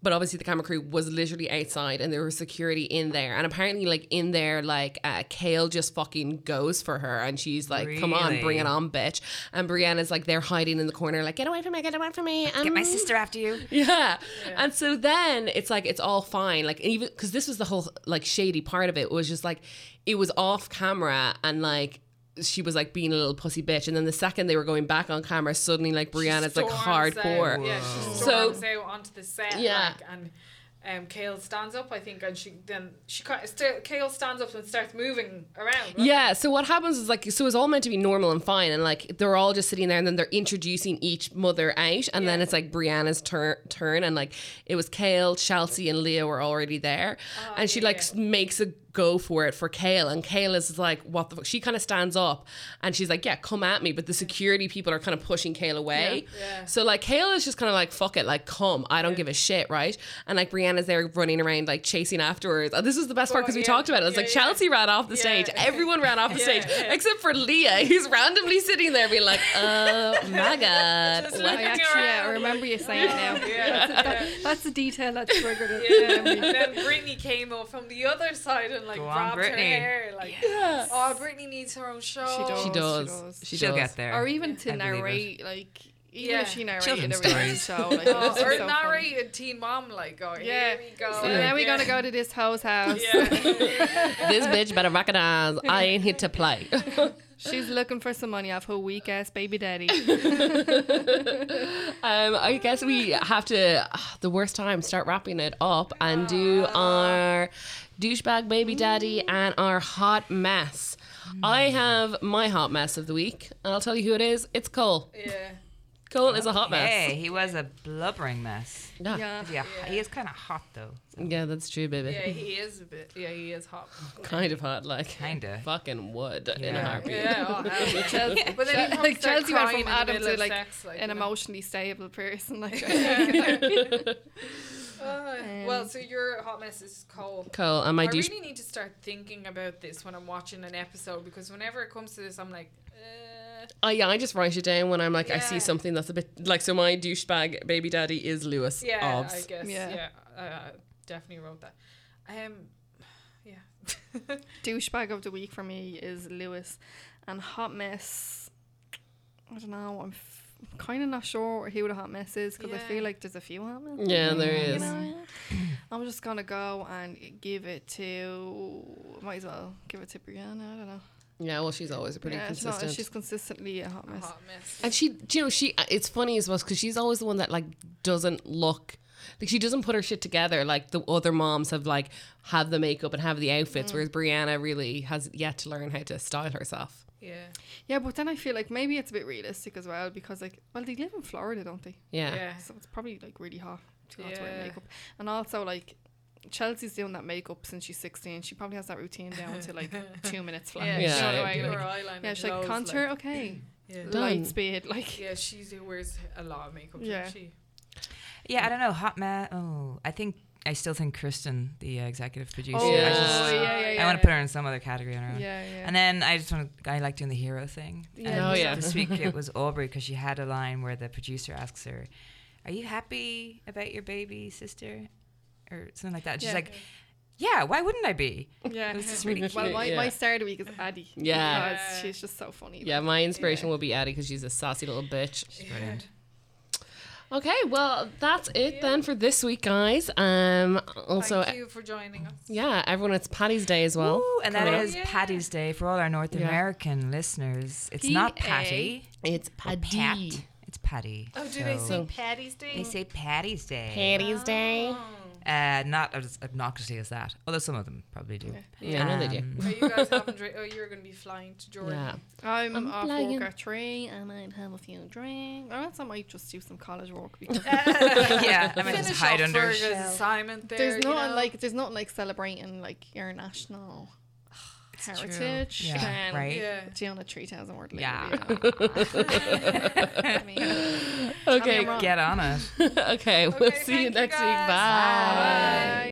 Speaker 1: But obviously the camera crew was literally outside and there was security in there. And apparently like in there, like uh, Kale just fucking goes for her and she's like, Come on, bring it
Speaker 3: Really?
Speaker 1: on, bitch. And Brianna's like they're hiding in the corner, like, get away from me, get away from me.
Speaker 3: Get my
Speaker 1: um,
Speaker 3: sister after you.
Speaker 1: yeah. And so then it's like it's all fine. Like even because this was the whole like shady part of it was just like it was off camera and like she was like being a little pussy bitch. And then the second they were going back on camera, suddenly like Brianna's like
Speaker 2: storms
Speaker 1: hardcore.
Speaker 2: Out. Yeah, she
Speaker 1: Whoa.
Speaker 2: storms out onto the set.
Speaker 1: Yeah.
Speaker 2: Like, and um, Kale stands up, I think, and she then she kind of st- Kale stands up and starts moving around. right?
Speaker 1: Yeah, so what happens is like, so it's all meant to be normal and fine, and like they're all just sitting there, and then they're introducing each mother out, and then it's like Brianna's tur- turn, and like it was Kale, Chelsea, and Leah were already there, and she
Speaker 2: Oh, yeah,
Speaker 1: like
Speaker 2: yeah.
Speaker 1: s- makes a go for it for Kale, and Kale is like, what the fuck? She kind of stands up, and she's like, yeah, come at me, but the security people are kind of pushing Kale away,
Speaker 2: Yeah.
Speaker 1: so like Kale is just kind of like, fuck it, like come, I don't give a shit, right? And like Brianna's there running around like chasing afterwards. Oh, this is the best part
Speaker 2: Oh,
Speaker 1: because we
Speaker 2: yeah.
Speaker 1: talked about it. It was
Speaker 2: Yeah,
Speaker 1: like
Speaker 2: yeah.
Speaker 1: Chelsea ran off the stage.
Speaker 2: Yeah.
Speaker 1: Everyone ran off the stage
Speaker 2: yeah.
Speaker 1: except for Leah, who's randomly sitting there being like, "Oh my god,
Speaker 2: Just
Speaker 1: what
Speaker 4: I
Speaker 2: looking
Speaker 4: actually, yeah, I
Speaker 2: around.
Speaker 4: remember you saying it now.
Speaker 2: Yeah, yeah.
Speaker 4: That's the detail that triggered
Speaker 2: Yeah,
Speaker 4: it.
Speaker 2: and then Britney came up from the other side and like
Speaker 3: Go on,
Speaker 2: grabbed her
Speaker 3: Britney.
Speaker 2: hair. Like,
Speaker 1: Yeah.
Speaker 2: oh, Britney needs her own show.
Speaker 4: does.
Speaker 1: she
Speaker 4: She
Speaker 1: does.
Speaker 4: does.
Speaker 1: She
Speaker 3: She'll
Speaker 1: does.
Speaker 3: get there.
Speaker 4: Or even to
Speaker 3: I believe it.
Speaker 4: narrate, like even
Speaker 2: Yeah.
Speaker 4: if she narrated
Speaker 3: Children's
Speaker 4: a reality
Speaker 3: stories.
Speaker 4: show, like,
Speaker 2: Oh,
Speaker 4: this
Speaker 2: or
Speaker 4: is so funny.
Speaker 2: narrate a Teen Mom like, oh,
Speaker 4: Yeah.
Speaker 2: here we go.
Speaker 4: So now we're
Speaker 2: Yeah.
Speaker 4: gonna go to this house house.
Speaker 2: Yeah.
Speaker 1: This bitch better recognize I ain't here to play.
Speaker 4: She's looking for some money off her weak ass baby daddy.
Speaker 1: um, I guess we have to ah, the worst time start wrapping it up and do our douchebag baby daddy and our hot mess. I have my hot mess of the week, and I'll tell you who it is. It's Cole.
Speaker 2: yeah.
Speaker 1: Cole is a hot mess.
Speaker 3: Hey, he was a blubbering mess.
Speaker 1: Yeah.
Speaker 4: Yeah.
Speaker 3: Yeah, he is kind of hot though.
Speaker 1: Yeah, that's true, baby.
Speaker 2: Yeah, he is a bit. Yeah, he is hot.
Speaker 1: Kind of hot, like
Speaker 3: Kinda.
Speaker 1: fucking would in a
Speaker 3: Yeah.
Speaker 1: heartbeat.
Speaker 2: Yeah, oh, hell yeah.
Speaker 4: Chelsea,
Speaker 2: But then he probably
Speaker 4: like,
Speaker 2: started
Speaker 4: Chelsea went
Speaker 2: crying in
Speaker 4: from
Speaker 2: the
Speaker 4: Adam
Speaker 2: middle
Speaker 4: to
Speaker 2: of
Speaker 4: like
Speaker 2: sex, like,
Speaker 4: an
Speaker 2: you know.
Speaker 4: emotionally stable person. Like,
Speaker 2: Uh,
Speaker 4: um,
Speaker 2: well, so your hot mess is cold.
Speaker 1: Cole, and
Speaker 2: I
Speaker 1: my douche.
Speaker 2: really need to start thinking about this when I'm watching an episode because whenever it comes to this, I'm like, uh,
Speaker 1: Oh, yeah, I just write it down when I'm like, I see
Speaker 2: Yeah.
Speaker 1: something that's a bit like. So my douchebag baby daddy is Lewis.
Speaker 2: yeah,
Speaker 1: Obbs.
Speaker 2: I guess, yeah,
Speaker 4: Yeah.
Speaker 2: I I definitely wrote that. Um, yeah.
Speaker 4: douchebag of the week for me is Lewis, and hot mess. I don't know. I'm, f- I'm kind of not sure who the hot mess is because I
Speaker 2: Yeah.
Speaker 4: feel like there's a few hot mess.
Speaker 1: Yeah,
Speaker 3: Mm-hmm.
Speaker 1: there
Speaker 4: You
Speaker 1: is.
Speaker 4: know, I'm just gonna go and give it to. Might as well give it to Brianna. I don't know.
Speaker 1: Yeah, well, she's always pretty
Speaker 4: Yeah, she's not-
Speaker 1: consistent.
Speaker 4: she's consistently a hot
Speaker 2: a
Speaker 4: mess.
Speaker 2: hot mess.
Speaker 1: And she, do you know, she. It's funny as well because she's always the one that like doesn't look like she doesn't put her shit together. Like the other moms have like have the makeup and have the
Speaker 4: Mm.
Speaker 1: outfits, whereas Brianna really has yet to learn how to style herself.
Speaker 2: Yeah,
Speaker 4: Yeah, but then I feel like maybe it's a bit realistic as well because like, well, they live in Florida, don't they?
Speaker 1: Yeah.
Speaker 2: yeah,
Speaker 4: So it's probably like really hot to not to
Speaker 2: Eh. Yeah.
Speaker 4: wear makeup, and also like. Chelsea's doing that makeup since she's 16. She probably has that routine down to like two minutes flat.
Speaker 2: yeah.
Speaker 4: You know
Speaker 1: Yeah.
Speaker 4: what I
Speaker 2: she
Speaker 4: mean?
Speaker 2: do
Speaker 4: Like,
Speaker 2: her eyeliner
Speaker 4: yeah, she's like,
Speaker 2: glows,
Speaker 4: contour,
Speaker 2: like-
Speaker 4: okay.
Speaker 2: yeah.
Speaker 1: Done.
Speaker 4: Light speed, like.
Speaker 2: Yeah, she wears a lot of makeup. Yeah,
Speaker 4: Yeah.
Speaker 2: she.
Speaker 3: Yeah, I don't know. Hot Matt. Oh, I think I still think Kristen, the uh, executive producer.
Speaker 4: Oh,
Speaker 1: Yeah.
Speaker 3: I,
Speaker 1: just-
Speaker 4: yeah, yeah, yeah.
Speaker 3: I want to put her in some other category on her own.
Speaker 4: Yeah, yeah.
Speaker 3: And then I just want to. I like doing the hero thing.
Speaker 4: Yeah.
Speaker 3: And
Speaker 1: Oh, yeah.
Speaker 3: This week it was Aubrey because she had a line where the producer asks her, "Are you happy about your baby sister?" Or something like that. And She's
Speaker 4: Yeah.
Speaker 3: like, "Yeah, why wouldn't I be?"
Speaker 4: yeah.
Speaker 3: It was just really
Speaker 4: well,
Speaker 1: cute,
Speaker 4: my,
Speaker 1: yeah.
Speaker 4: my star of the week is Addie.
Speaker 1: Yeah.
Speaker 4: Because she's just so funny.
Speaker 1: Yeah, my inspiration will be Addie because she's a sassy little bitch.
Speaker 3: She's brilliant.
Speaker 1: Okay, well that's it then for this week, guys. Um, also,
Speaker 2: Thank you for joining us.
Speaker 1: yeah, everyone, it's Paddy's Day as well.
Speaker 3: Ooh, and that
Speaker 1: coming up.
Speaker 3: is
Speaker 2: Yeah.
Speaker 3: Paddy's Day for all our North
Speaker 1: Yeah.
Speaker 3: American listeners. It's not
Speaker 4: P A
Speaker 3: Patty.
Speaker 1: It's
Speaker 3: or
Speaker 1: Paddy.
Speaker 3: Pat. It's Patty.
Speaker 2: Oh, do they
Speaker 3: So-
Speaker 2: say Patty's Day? Oh.
Speaker 3: They say Patty's Day.
Speaker 1: Paddy's Day.
Speaker 3: Uh, not as obnoxiously as that. Although some of them probably do.
Speaker 1: Yeah, I know they do.
Speaker 3: Um,
Speaker 2: Oh, you guys haven't. Dra- oh, you're going to be flying to Jordan.
Speaker 1: Yeah.
Speaker 4: I'm,
Speaker 1: I'm
Speaker 4: off
Speaker 1: playing.
Speaker 4: work at three. I might have a few drinks. Or else I might just do some college work because
Speaker 3: yeah, I might
Speaker 2: Finish
Speaker 3: just hide
Speaker 2: off
Speaker 3: under a
Speaker 2: Fergus'
Speaker 3: shell.
Speaker 2: assignment there.
Speaker 4: there's
Speaker 2: you
Speaker 4: nothing
Speaker 2: know?
Speaker 4: like there's nothing like celebrating like your national
Speaker 3: true.
Speaker 4: heritage
Speaker 3: Yeah,
Speaker 4: than
Speaker 3: right?
Speaker 2: Yeah.
Speaker 4: doing a three thousand word.
Speaker 3: Yeah.
Speaker 4: label, you know. I mean,
Speaker 1: Okay,
Speaker 4: wrong.
Speaker 3: Get on it.
Speaker 1: okay, we'll
Speaker 2: Okay,
Speaker 1: see you
Speaker 2: thank you
Speaker 1: next week.
Speaker 2: guys.
Speaker 1: Bye.
Speaker 4: Bye.